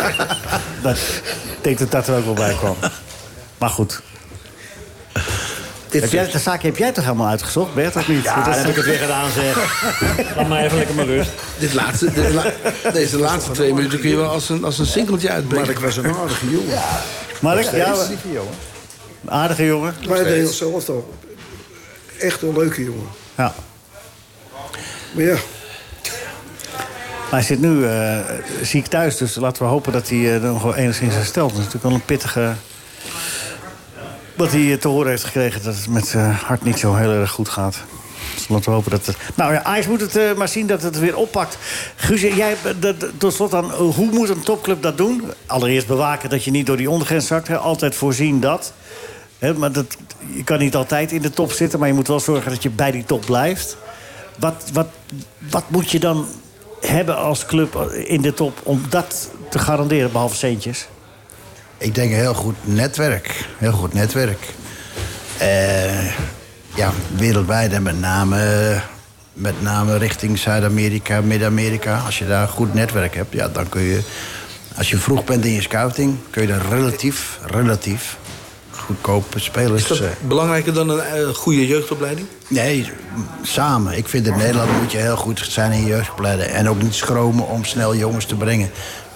Dat, ik denk dat dat er ook wel bij kwam. Maar goed. Heb jij, de zaak heb jij toch helemaal uitgezocht, Bert, of niet?
Ja,
Want
dan heb ik het weer
gedaan, zeg. Laat maar even lekker maar rust.
Dit laatste, dit la- deze laatste twee minuten kun je wel als een, als een singeltje uitbrengen.
Mark was een aardige jongen. Ja.
Mark, ja, we-
jongen.
een aardige jongen.
Maar hij deed zelf al. Echt een leuke jongen.
Ja.
Maar ja,
Maar hij zit nu eh, ziek thuis, dus laten we hopen dat hij eh, dan nog wel enigszins herstelt. Dat is natuurlijk wel een pittige... Wat hij eh, te horen heeft gekregen dat het met zijn hart niet zo heel erg goed gaat. Dus laten we hopen dat het... Nou ja, Ajax moet het eh, maar zien dat het weer oppakt. Guus, jij, eh, dat- dat- tot slot dan, eh, hoe moet een topclub dat doen? Allereerst bewaken dat je niet door die ondergrens zakt. Hè? Altijd voorzien dat. Hè, maar dat, je kan niet altijd in de top zitten, maar je moet wel zorgen dat je bij die top blijft. Wat, wat, wat moet je dan hebben als club eh, in de top om dat te garanderen, behalve centjes?
Ik denk een heel goed netwerk. Heel goed netwerk. Eh, ja, wereldwijd en met name, met name richting Zuid-Amerika, Midden-Amerika. Als je daar een goed netwerk hebt, ja, dan kun je... Als je vroeg bent in je scouting, kun je daar relatief, relatief goedkope spelers...
Is dat
eh,
belangrijker dan een eh, goede jeugdopleiding?
Nee, samen. Ik vind in Nederland moet je heel goed zijn in je jeugdopleiding. En ook niet schromen om snel jongens te brengen.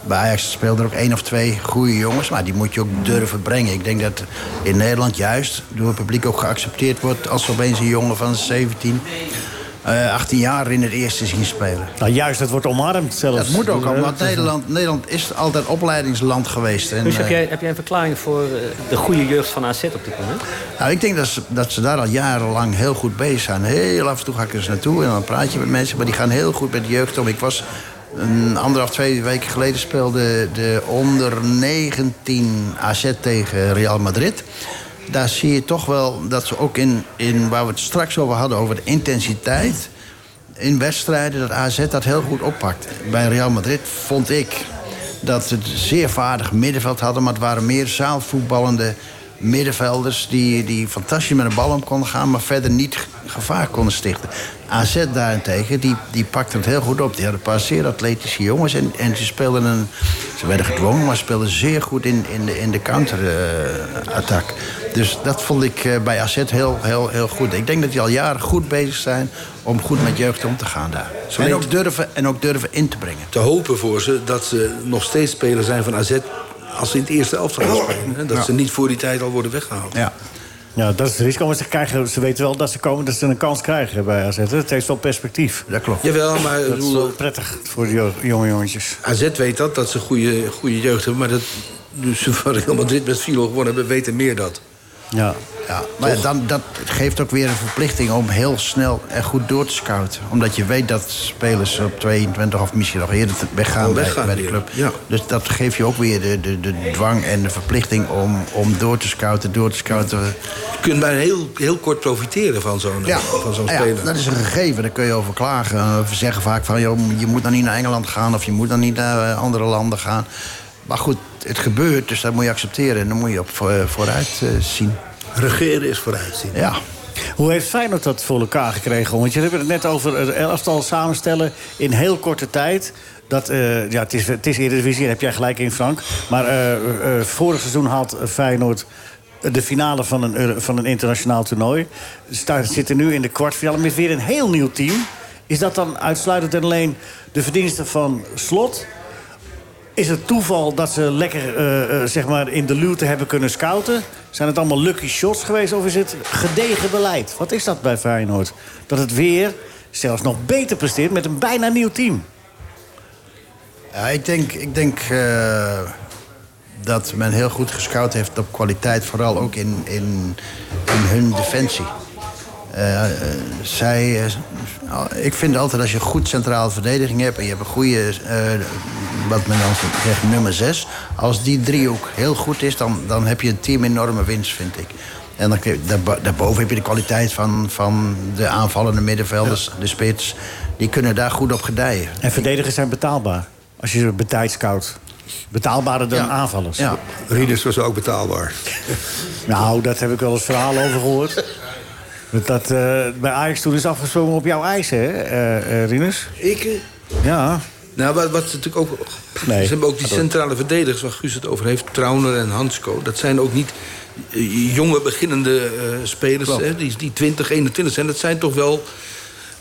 Bij Ajax speelden er ook één of twee goede jongens, maar die moet je ook durven brengen. Ik denk dat in Nederland juist door het publiek ook geaccepteerd wordt als er opeens een jongen van 17, eh, 18 jaar in het eerste zien spelen.
Nou, juist, dat wordt omarmd zelfs.
Dat moet ook al,
Eh,
want Nederland, Nederland is altijd opleidingsland geweest. En,
Dus heb
eh,
jij, heb jij een verklaring voor eh, de goede jeugd van AZ op dit moment?
Nou, ik denk dat ze, dat ze daar al jarenlang heel goed bezig zijn. Heel af en toe ga ik eens naartoe en dan praat je met mensen. Maar die gaan heel goed met de jeugd om. Ik was een anderhalf, twee weken geleden speelde de onder 19 AZ tegen Real Madrid. Daar zie je toch wel dat ze ook in, in waar we het straks over hadden, over de intensiteit. In wedstrijden dat AZ dat heel goed oppakt. Bij Real Madrid vond ik dat ze het zeer vaardig middenveld hadden. Maar het waren meer zaalvoetballende middenvelders... die, die fantastisch met een bal om konden gaan... maar verder niet ge- gevaar konden stichten. AZ daarentegen, die, die pakte het heel goed op. Die hadden een paar zeer atletische jongens. En, en ze speelden een... Ze werden gedwongen, maar ze speelden zeer goed in, in de, in de counter-attack. dus dat vond ik eh, bij AZ heel, heel, heel goed. Ik denk dat die al jaren goed bezig zijn... om goed met jeugd om te gaan daar. En ook durven, en ook durven in te brengen.
Te hopen voor ze dat ze nog steeds speler zijn van AZ... als ze in het eerste elftal gaan spelen. hè? Dat
Ja.
ze niet voor die tijd al worden weggehaald.
Ja.
Ja, dat is het risico. Maar ze, krijgen, ze weten wel dat ze komen, dat ze een kans krijgen bij AZ. Het heeft wel perspectief.
Dat klopt.
Jawel, maar
Dat is
hoe-
wel prettig voor de jo- jonge jongetjes.
AZ weet dat, dat ze goede, goede jeugd hebben. Maar dat, Dus waar Real Madrid met 4-0 gewonnen hebben, weten meer dat.
Ja.
Ja, maar
Toch?
dan, dat geeft ook weer een verplichting om heel snel en goed door te scouten. Omdat je weet dat spelers op 22 of misschien nog eerder te- weggaan,
Oh,
bij-
weggaan
bij, de
weer,
club.
ja.
Dus dat geeft je ook weer de, de, de dwang en de verplichting om, om door te scouten, door te scouten.
Je kunt bijna heel, heel kort profiteren van zo'n
Ja, Ah
van zo'n
Ah
ja,
speler.
dat is een gegeven. Daar kun je over klagen. Eh, We zeggen vaak van, joh, je moet dan niet naar Engeland gaan... of je moet dan niet naar eh, andere landen gaan. Maar goed, het gebeurt, dus dat moet je accepteren. En dan moet je op voor- vooruit eh, zien.
Regeren is vooruitzien.
Ja.
Hoe heeft Feyenoord dat voor elkaar gekregen? Want je hebt het net over het elftal samenstellen in heel korte tijd. Dat, eh, ja, het, is, het is Eredivisie, daar heb jij gelijk in, Frank. Maar eh, eh, vorig seizoen haalt Feyenoord de finale van een, Euro- van een internationaal toernooi. Ze zitten nu in de kwartfinale met weer een heel nieuw team. Is dat dan uitsluitend en alleen de verdiensten van Slot? Is het toeval dat ze lekker eh, eh, zeg maar in de luwte hebben kunnen scouten? Zijn het allemaal lucky shots geweest of is het gedegen beleid? Wat is dat bij Feyenoord? Dat het weer zelfs nog beter presteert met een bijna nieuw team.
Ja, ik denk, ik denk eh, dat men heel goed gescout heeft op kwaliteit. Vooral ook in, in, in hun defensie. Eh, eh, zij, eh, al- ik vind altijd als je goed centraal verdediging hebt... en je hebt een goede, eh, wat men dan zegt, nummer 6... als die driehoek heel goed is, dan, dan heb je een team enorme winst, vind ik. En dan, kun je- daarbo- daarboven heb je de kwaliteit van, van de aanvallende middenvelders, de spits. Die kunnen daar goed op gedijen.
En verdedigers zijn betaalbaar. Als je ze betijds scout. Betaalbaarder dan aanvallers.
Ja.
Rieders was ook betaalbaar.
Nou, dat heb ik wel eens verhalen over gehoord. Dat, dat eh, bij Ajax toen is afgesprongen op jouw eisen, hè, eh, eh, Rinus?
Ik? eh,
Ja.
Nou, wat, wat ze natuurlijk ook...
Nee,
ze hebben ook die
ga door.
centrale verdedigers waar Guus het over heeft. Trauner en Hansko. Dat zijn ook niet eh, jonge beginnende eh, spelers.
Klopt.
Hè, die, die 20, 21 zijn. Dat zijn toch wel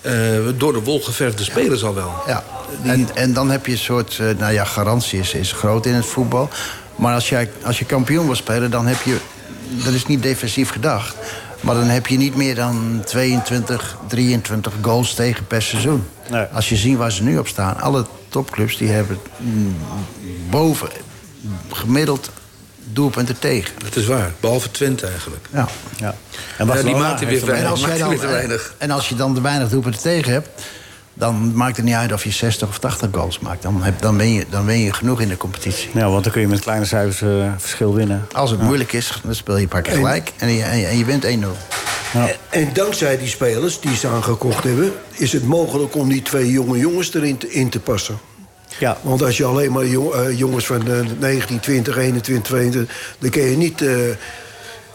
eh, door de wol geverfde spelers al wel.
Ja, en, en dan heb je een soort... eh, Nou ja, garantie is, is groot in het voetbal. Maar als, jij, als je kampioen wil spelen, dan heb je... Dat is niet defensief gedacht. Maar dan heb je niet meer dan 22, 23 goals tegen per seizoen. Als je ziet waar ze nu op staan. Alle topclubs die hebben mm, boven gemiddeld doelpunten tegen.
Dat is waar. Behalve Twente eigenlijk.
Ja.
Ja.
Ja, die maakte
Ah,
weer
En
weinig.
als, jij
Maakte
dan,
weer te weinig.
en als je dan te weinig doelpunten tegen hebt... dan maakt het niet uit of je 60 of 80 goals maakt. Dan, heb, dan, ben, je, dan ben je genoeg in de competitie.
ja, want dan kun je met kleine cijfers eh, verschil winnen.
Als het moeilijk is, dan speel je een paar keer gelijk. En je, en je, en je wint 1-0.
En dankzij die spelers die ze aangekocht hebben... is het mogelijk om die twee jonge jongens erin te, in te passen.
Ja.
Want als je alleen maar jong- eh, jongens van eh, 19, 20, 21, 22... dan kun je niet eh,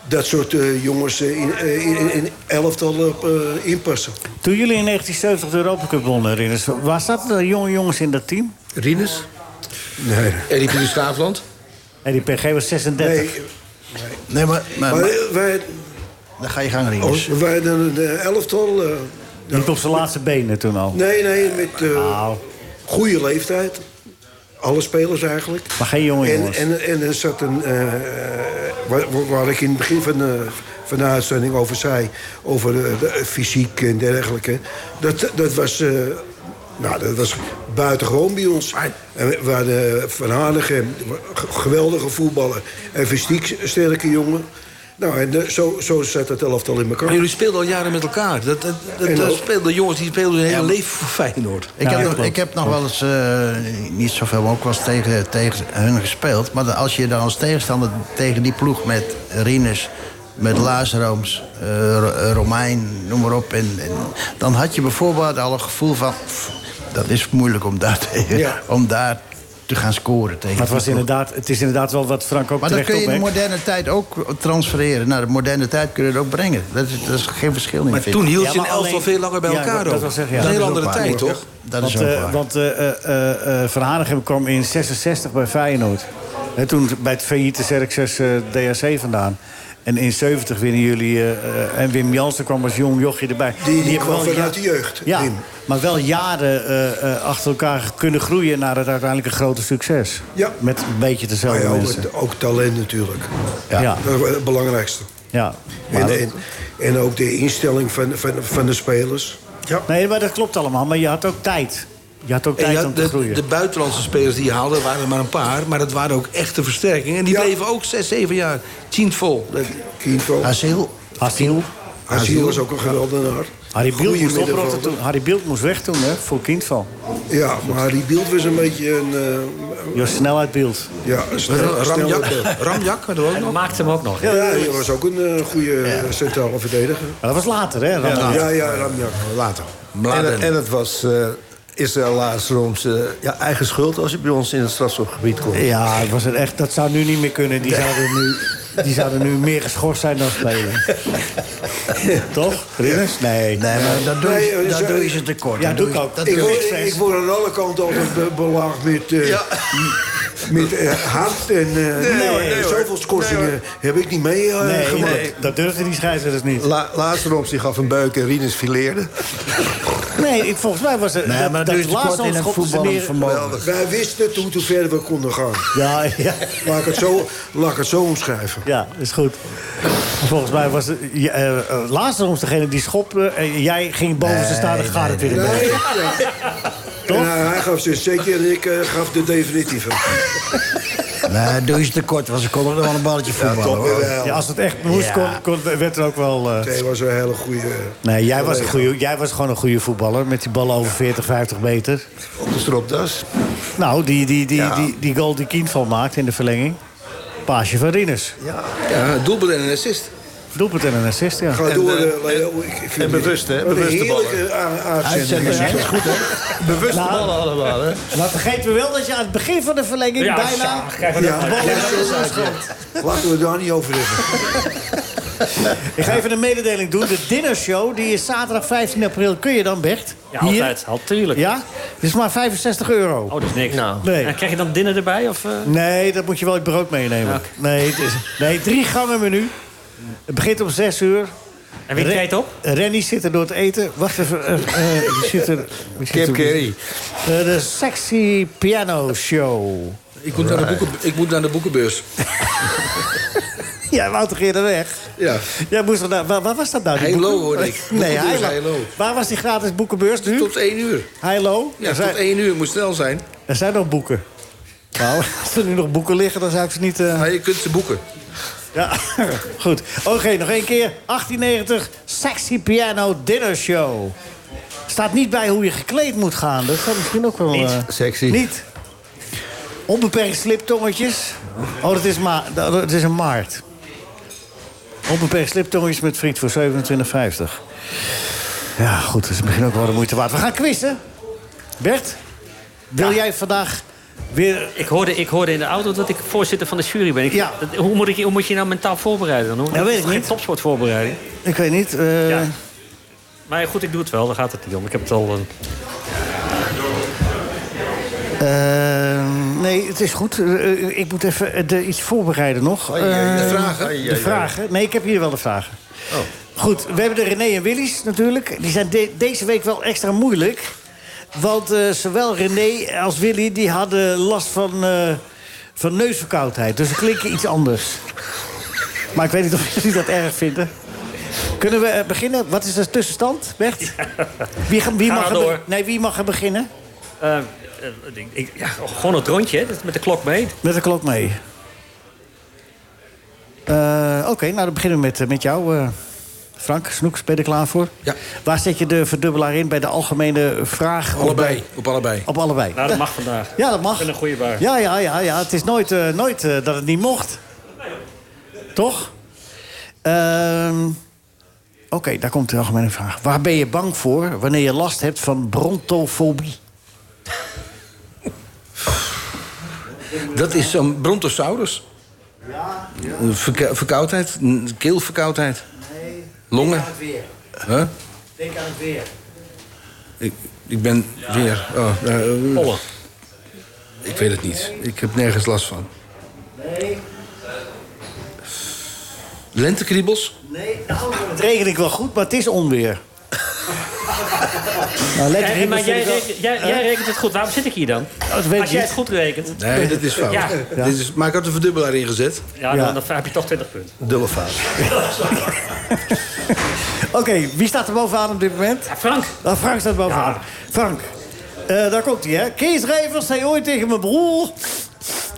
dat soort eh, jongens eh, in, eh, in, in elftal eh, inpassen.
Toen jullie in 1970 de Europa Cup wonnen, Rinus, waar zaten de jonge jongens in dat team?
Rinus?
Nee.
Eddie Pieter Staafland?
En die PG was 36.
Nee, maar... maar,
Maar,
maar-
eh, wij,
dan ga je gang,
als
Rinus.
wij dan een eh, elftal... eh,
Niet op zijn laatste benen toen al.
nee, nee, met eh,
Nou,
goede leeftijd. Alle spelers eigenlijk.
maar geen jonge
En,
jongens.
en, en er zat een. eh, waar, waar ik in het begin van de, van de uitzending over zei. Over eh, de, eh, fysiek en dergelijke. Dat, dat was. eh, nou, dat was buitengewoon bij ons. En we, we hadden Van Hanegem, ge- geweldige voetballer. En fysiek sterke jongen. Nou, en eh, zo, zo zat het elftal in elkaar.
Maar jullie speelden al jaren met elkaar. Dat, dat, dat,
En
dat
ook-
speelden jongens die speelden hun hele leven voor Feyenoord.
Ik,
Ja,
heb nog,
klopt,
ik heb nog wel eens, eh, niet zoveel, maar ook wel eens tegen, tegen hun gespeeld. Maar als je dan als tegenstander tegen die ploeg met Rinus, met Lazarooms, eh, Ro- eh, Romein, noem maar op. En, en dan had je bijvoorbeeld al een gevoel van, pff, dat is moeilijk om daar,
*laughs*
tegen-
Ja.
om daar te gaan scoren tegen.
Maar het, was
die ploeg.
inderdaad, het is inderdaad wel wat Frank ook
Maar dat
terecht
kun je in de
opmerkt.
moderne tijd ook transfereren. Naar de moderne tijd kun je het ook brengen. Dat is, dat is geen verschil in.
Maar
vind
toen
ik.
hield
Ja,
je een
maar
elftal
alleen-
veel langer bij
Ja,
elkaar.
dat- dat
ook.
wil zeggen, ja.
Een
Dat
hele
is
andere
ook waar.
tijd, toch?
Dat is
want
ook
eh,
waar.
want eh, eh, eh, Van Hanegem kwam in 66 bij Feyenoord. Hè, toen bij het failliete Xerxes eh DHC vandaan. En in 70 winnen jullie... eh, eh, en Wim Jansen kwam als jong jochie erbij.
Die- die
hebben
kwam
wel
vanuit
ja-
de jeugd,
Ja,
Wim.
maar wel jaren eh, eh, achter elkaar kunnen groeien... naar het uiteindelijke grote succes.
Ja.
Met een beetje
Maar
dezelfde
ja,
mensen.
ook, ook talent natuurlijk.
Ja. Ja.
Dat is het belangrijkste.
Ja.
En, en, en ook de instelling van, van, van de spelers.
Nee, maar dat klopt allemaal. Maar je had ook tijd. Je had ook
En
tijd
ja,
om te
de,
groeien.
de buitenlandse spelers die je haalde waren er maar een paar. Maar dat waren ook echte versterkingen. En die bleven ook zes, zeven jaar. Tient vol.
Kinto.
Asiel.
Asiel.
Asiel was ook een geweldenaar.
Harry Bielt
Goeie
moest
middenvelder.
oprotten toen. Harry Bielt moest weg toen, hè, voor Kindval.
Ja, maar die beeld was een beetje een... eh,
Je snelheid Bielt.
Ja, een snel-
Ramjak.
snel-
Ramjak hadden we ook nog.
Maakte hem ook nog.
Ja, ja, hij was ook een eh, goede eh, centrale verdediger.
dat was later, hè?
Ja, ja, ja, Ramjak.
Later.
Mladen.
En, en het was eh Israël Laasroms eh ja, eigen schuld als je bij ons in het strafschopgebied komt.
Ja, het was een echt, dat zou nu niet meer kunnen. Die, zouden, nu, die zouden nu meer geschorst zijn dan spelen. Toch? Ridders? Nee.
Nee, maar dat doe, je-
Nee, eh,
dat
zo-
doe je ze tekort.
Ja,
Dat
doe ik
je-
ook.
dat
Ik
doe je-
word, ik word aan alle kanten altijd be- belaagd met, eh met eh, hart en eh,
hoor, nee, hoor.
zoveel scorsingen heb ik niet mee eh,
Nee,
gemaakt.
nee, dat durfde die scheidsrechters niet.
La, Laasroms die gaf een beuk en Rinus fileerde.
Nee, ik- volgens mij was het...
Nee, maar dat doe je tekort
laatste
in het
schopte ze
voetballend
meer-
vermogen.
Oh. Wij wisten toen hoe ver we konden gaan.
*laughs* Ja, ja.
Laat ik het zo, laat ik het zo omschrijven.
Ja, is goed. Volgens mij was het, ja, eh, eh, laatste ons degene die schopte. En jij ging boven zijn staan en gaat het weer in de
Nee,
bek.
ja. En hij- hij gaf ze zeker en ik eh, gaf de definitieve.
Nee, doe je ze tekort, want ze konden er wel een balletje voetballen.
top,
hoor.
jawel.
Ja, als het echt moest,
Ja.
kon, kon- werd er ook wel... eh,
Hij was een hele goede...
Nee, jij was, een goeie, jij was gewoon een goede voetballer. Met die ballen over 40, 50 meter.
Op de stropdas.
Nou, die, die, die,
Ja.
die, die goal die Kienval maakt in de verlenging. Paasje van Rinus.
Ja, doelpunt en een assist.
Doelpunt en een assist, ja.
Ga
En,
door,
eh,
eh, Leo. Ik- ik vind
en
dit-
bewust, hè?
wat een
Bewuste
heerlijke a-
Uitzending,
uitzending.
hè?
is
Dat
dit.
is goed, hè?
Bewuste
Nou.
ballen allemaal, hè?
Maar vergeten we wel dat je aan het begin van de verlenging
Ja,
bijna...
ja, krijgen we
Ja,
dat-
de bal
Ja,
in de doel
ja,
schoot.
Laten we daar niet over hebben.
Ik ga even een mededeling doen. De dinnershow die is zaterdag 15 april. Kun je dan, Bert?
Ja,
Hier?
altijd. Natuurlijk.
Ja? Dit is maar 65 euro.
Oh, dat is niks.
Nee.
En krijg je dan dinner erbij? Of, eh?
Nee, dat moet je wel het brood meenemen.
Oké.
Nee, het is, nee, drie gangen menu. Het begint om 6 uur.
En wie
Ren-
treedt op?
Rennie zit er door het eten. Wacht even. eh, eh, die zit er, die zit er-
Carey.
Eh, de Sexy Piano Show.
Ik moet, naar de boeken, ik moet naar de boekenbeurs.
Jij wou toch eerder weg?
Ja.
Jij moest er naar, waar, waar was dat nou? die
Heilo,
boeken-
hoorde ik.
Nee,
Boekenbeurs
Heilo.
Heilo.
Waar was die gratis boekenbeurs nu?
Tot één uur.
Heilo?
Ja,
Er
tot
zijn-
één uur. Moet snel zijn.
Er zijn nog boeken. Nou, *laughs* als er nu nog boeken liggen, dan zou ik ze niet... eh,
Maar je kunt ze boeken.
Ja, *laughs* goed. Oké, nog één keer. 1890 Sexy Piano Dinner Show. Staat niet bij hoe je gekleed moet gaan. dus Dat staat misschien ook wel... Niet.
Sexy.
niet. Onbeperkt sliptongetjes. Oh, dat is, ma dat dat is een maart. Onbeperkt sliptongetjes met friet voor 27,50. Ja, goed. Dat is misschien ook wel de moeite waard. We gaan quizzen. Bert, wil
Ja.
jij vandaag weer
Ik hoorde, ik hoorde in de auto dat ik voorzitter van de jury ben. Ik-
Ja.
dat- hoe, moet ik, hoe moet je nou mentaal voorbereiden dan? Hoor?
Ja, weet ik
Geen
niet.
topsportvoorbereiding.
Ik weet niet. eh,
Ja. Maar goed, ik doe het wel. Daar gaat het niet om. Ik heb het al... eh,
eh, nee, het is goed. Eh, ik moet even eh, de, iets voorbereiden nog.
Ai, ai, ai.
Eh,
De vragen? Ai, Oh. ai,
De
ai.
vragen. Nee, ik heb hier wel de vragen. Goed, we hebben de René en Willys natuurlijk. Die zijn de- deze week wel extra moeilijk. Want eh, zowel René als Willy die hadden last van, eh, van neusverkoudheid. Dus ze klinken iets anders. Maar ik weet niet of jullie dat erg vinden. Kunnen we eh, beginnen? Wat is de tussenstand, Bert? Wie, ga- wie,
Ga
mag
maar
er, be-
door.
nee, wie mag er beginnen?
eh, eh, ik- ik- ja, gewoon het rondje, hè, dat met de klok mee.
Met de klok mee. Eh, Oké, nou dan beginnen we met, eh, met jou. eh, Frank Snoeks, ben je er klaar voor?
Ja.
Waar zet je de verdubbelaar in bij de algemene vraag?
Allebei. Op allebei.
Op allebei.
Nou, dat mag vandaag.
Ja, dat mag.
Ik ben een goede baar.
Ja, ja, ja, ja. Het is nooit, eh, nooit eh, dat het niet mocht. Toch? Ehm, Oké, daar komt de algemene vraag. Waar ben je bang voor wanneer je last hebt van brontofobie?
Dat is een brontosaurus. Ja. verkoudheid. n- Keelverkoudheid. Longen. Huh?
Denk aan het weer.
Ik, ik ben weer... Oh, eh,
Pollen.
ik weet het niet. Ik heb nergens last van.
Nee,
Lentekriebels?
nee. dat reken ik wel goed, maar het is *laughs* onweer. nou, let
Eh,
er in,
maar
dat
jij
vind ik wel- Oh,
rekent, jij, jij rekent het goed. Waarom zit ik hier dan?
dat weet
Als
ik
jij
niet.
het goed rekent,
Nee, dat is fout.
Ja.
Dit is, maar ik had de verdubbelaar ingezet.
ja,
Ja.
Dan, dan heb je toch 20 punten.
Dubbele fout.
*laughs* Oké, wie staat er bovenaan op dit moment?
Ja, Frank,
Nou, Frank staat bovenaan. Frank, Eh, daar komt hij, hè. Kees Rijvers zei ooit tegen mijn broer...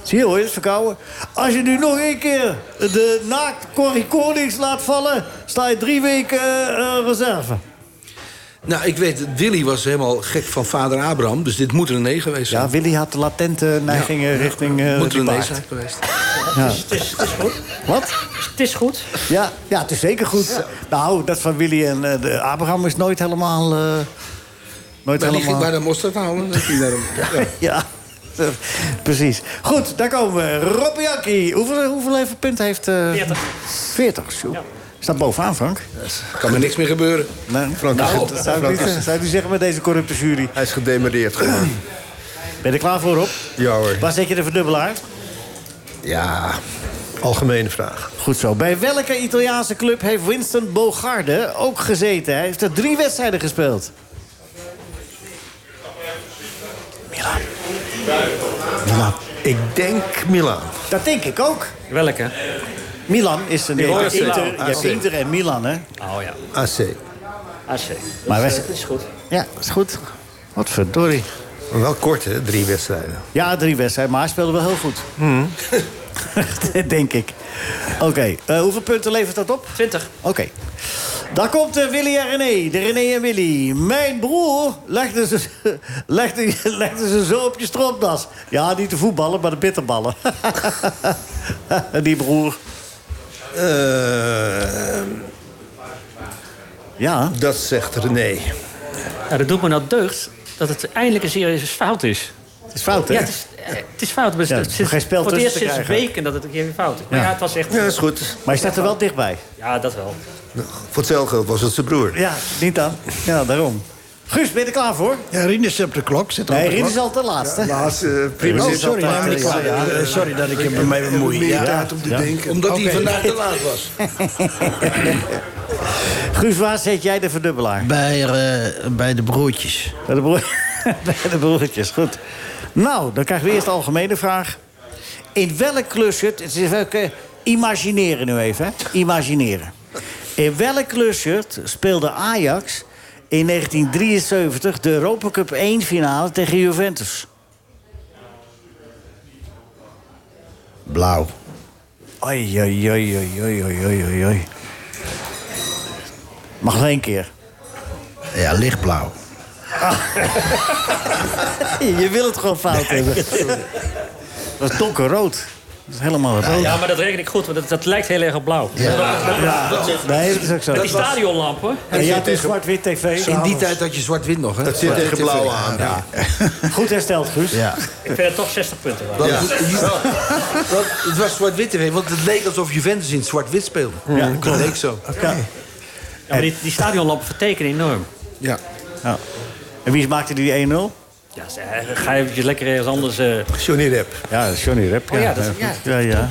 Zie je, hoor je het verkouden? Als je nu nog één keer de naakt Corrie Konings laat vallen... sta je drie weken eh, eh, reserve.
Nou, ik weet, Willy was helemaal gek van vader Abraham. Dus dit moet er een nee geweest zijn.
Ja, Willy had de latente neigingen richting eh
moet er
die
een nee
baard.
zijn geweest.
Ja.
is goed.
Wat?
Het is goed.
Ja, ja, het is zeker goed. Nou, dat van Willy en eh, de Abraham is nooit helemaal... eh, nooit
Maar die ging
helemaal...
bij de mosterd houden. Dat nou, ging daarom. *laughs* Ja.
*laughs* Ja, precies. Goed, daar komen we. Rob Bianchi. Hoeveel, hoeveel even punt heeft... eh 40. 40, zo. Staat bovenaan, Frank.
Kan me niks meer gebeuren.
Nee,
Frank is
nou,
het-
dat zou ik
Frank
niet
is-
zeggen. zou ik niet zeggen met deze corrupte jury.
Hij is gedemareerd geworden.
*clears throat*
Ben je er klaar voor, Rob?
Ja hoor.
Waar zet je de verdubbelaar?
Ja, algemene vraag.
Goed zo. Bij welke Italiaanse club heeft Winston Bogarde ook gezeten? Hij heeft er drie wedstrijden gespeeld.
Milan. Ik denk Milan.
Dat denk ik ook.
Welke?
Milan is een...
Die
Nee,
hoort er.
Inter, je hebt
AC.
Inter en Milan, hè?
Oh ja.
AC.
AC.
Maar wij-
Dus, eh, dat is goed.
Ja, dat is goed. Wat verdorie.
Maar wel kort, hè? Drie wedstrijden.
Ja, drie wedstrijden, maar hij speelde wel heel goed. *laughs* Denk ik. Oké, eh, hoeveel punten levert dat op?
20.
Oké. Daar komt de Willy en René. De René en Willy. Mijn broer legde ze, *laughs* legde, legde ze zo op je stropdas. Ja, niet de voetballen, maar de bitterballen. *laughs* Die broer. ja.
Eh, Dat zegt René.
Nou, dat doet me nou deugd dat het eindelijk een serieuze fout is.
Het is fout, hè?
Ja, het is, eh, het is fout. Maar
Ja,
het
er is
zit-
geen spel
voor het eerst
tussen te
sinds
krijgen.
weken dat het een keer weer fout is. Maar
Ja.
ja, het was echt...
Ja, is goed.
Maar je staat er wel dichtbij.
Ja, dat wel.
Voor hetzelfde geld was het zijn broer.
Ja, niet dan. Ja, daarom. Guus, ben je er klaar voor?
Ja, Rien is op de klok. Zit
Nee,
op de
Rien
klok.
is al te laatst, hè?
laatste.
eh,
prima.
Rien
Oh,
is al
sorry,
te
namelijk
laat.
klaar. Ja, eh, sorry dat ik hem ermee
Meer
bemoei. Ja.
tijd om te
Ja.
denken.
Omdat hij
Oké.
vandaag te laat was.
Guus, waar zet jij de verdubbelaar?
Bij, eh, bij de broertjes.
Bij de, broer... *laughs* Bij de broertjes, goed. Nou, dan krijgen we eerst de algemene vraag. In welk klusje... Het is even, eh, imagineren nu even, hè? Imagineren. In welk klusje speelde Ajax in 1973 de Europa Cup 1 finale tegen Juventus?
Blauw.
Oei, oei, oei, oei, oei, oei, oei, oei, oei. Mag nog één keer.
Ja, lichtblauw.
Je wil het gewoon fout hebben. *laughs* Dat is donkerrood. Dat is helemaal rood.
Ja, maar dat reken ik goed, want dat, dat lijkt heel erg op blauw.
Nee, dat is ook zo.
Met die stadionlampen.
En je had toen zwart-wit tv.
In die tijd had je zwart-wit nog, hè?
Dat zit tegen blauw aan. Ja.
Goed hersteld, Guus.
Ja.
Ik vind het toch 60 punten waard.
Want want het was zwart-wit tv, want het leek alsof Juventus in zwart-wit speelde.
Ja,
Dat
klopt.
leek zo.
Ja.
Ja, maar die, die stadionlampen vertekenen enorm.
Ja.
Ja. En wie maakte die 1-0?
Ja, ze- eh, ga eventjes lekker ergens anders... eh,
Johnny Rep.
Ja, Johnny Rep.
Oh ja, dat is- ja, dat
ja, ja.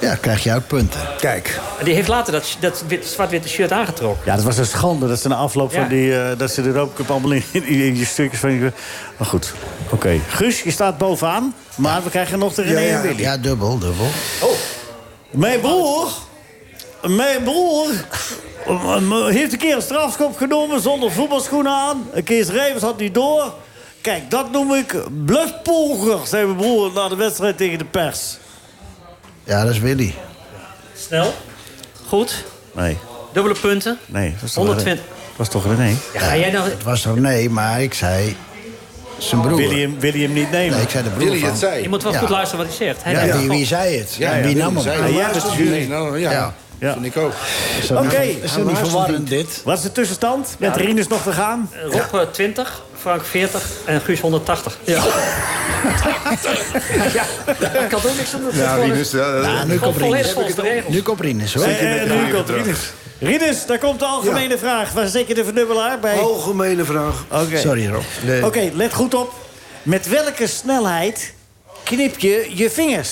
Ja, krijg je ook punten.
Kijk.
Die heeft later dat, dat wit- zwart-witte shirt aangetrokken.
Ja, dat was een schande dat ze na afloop
Ja.
van die... eh, dat ze de Europa Cup allemaal in, in- in je stukjes van... je- Maar goed, oké. Guus, je staat bovenaan. Maar we krijgen nog de René en Willy.
Ja, dubbel, dubbel.
Mijn broer. Mijn broer. Heeft een keer een strafschop genomen zonder voetbalschoenen aan. Kees Rijvers had niet door. Kijk, dat noem ik bluffpoger, zei mijn broer na de wedstrijd tegen de pers.
Ja, dat is Willy.
Snel. Goed.
Nee,
Dubbele punten.
nee. Dat was toch
120.
Dat was toch René?
Ja, ga jij nou...
Het was er nee, maar ik zei zijn broer.
William, William niet nemen.
Nee, ik zei de broer
Willy
van.
het zei.
Je moet wel
Ja.
goed luisteren wat hij zegt. Hij
Ja,
denkt,
Wie,
goh,
wie zei het?
Ja,
en wie
ja,
nam hem?
zei-
Ah, jij
Ja,
bent
dat
jury.
nee, nou, ja,
Ja.
Ja.
Vind ik ook.
Oké.
Is dat niet verwarrend dit?
Wat is de tussenstand? Met Rinus nog te gaan?
Rob eh, 20, Frank 40 en Guus 180. Ja. *laughs* Ik kan ook niks aan doen.
Ja,
Gewoon-
Rinus. ja, eh,
Ja, nu
gewoon
komt
volledig
Rinus.
volgens de regels.
Nu komt Rinus hoor.
Eh, eh, nu komt Rinus. Rinus, daar komt de algemene vraag. Waar zet je de verdubbelaar bij?
Algemene vraag.
Oké.
Sorry Rob.
Oké, let goed op. Met welke snelheid knip je je vingers?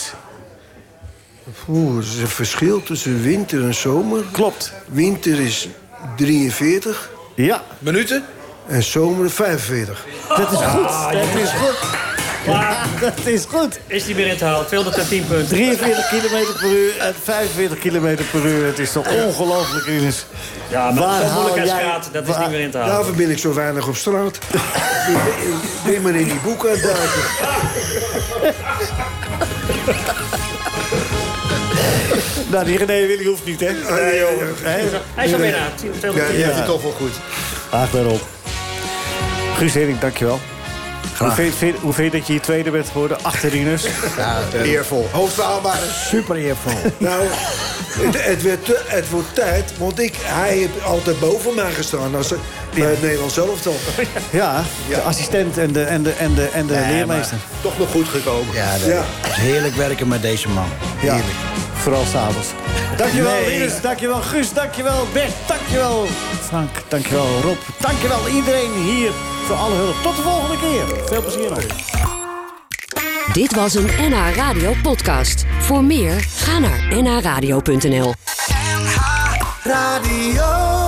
Oeh, er is een verschil tussen winter en zomer.
Klopt.
Winter is 43
Ja,
Minuten?
en zomer 45.
dat is goed. dat is goed. Maar dat is goed.
Is die binnen te halen? 210 punten.
43 km per uur en 45 km per uur. Het is toch ongelooflijk, Ines.
Ja, maar
Waar
zo'n
haal
moeilijkheidsgraad, dat is niet meer in te halen.
Daarvoor ben ik zo weinig op straat. Ik ben maar in die boeken aan het duiken.
Nou, die René Willy hoeft niet, hè? Nee, joh.
Hij is al bijna. 210.
wel goed. Haag daarop. Guus Hering, dankjewel. Hoe vind, vind- hoe vind je dat je hier tweede bent geworden? Achter Ines.
Eervol.
Hoofdverhaalbaar. Super eervol.
Nou, het, het werd, te- het wordt tijd, want ik, hij heeft altijd boven mij gestaan als, bij het Nederlands elftal.
Ja, de assistent en de, en de, en de, en de
Nee,
leermeester.
Toch nog goed gekomen.
Ja, dat is heerlijk werken met deze man.
Ja, vooral s'avonds. Dankjewel Ines, dankjewel Guus, dankjewel Bert, dankjewel Frank, dankjewel Rob. Dankjewel iedereen hier voor alle hulp. Tot de volgende keer. Veel plezier nog.
Dit was een NH Radio podcast. Voor meer, ga naar nhradio.nl.
Radio.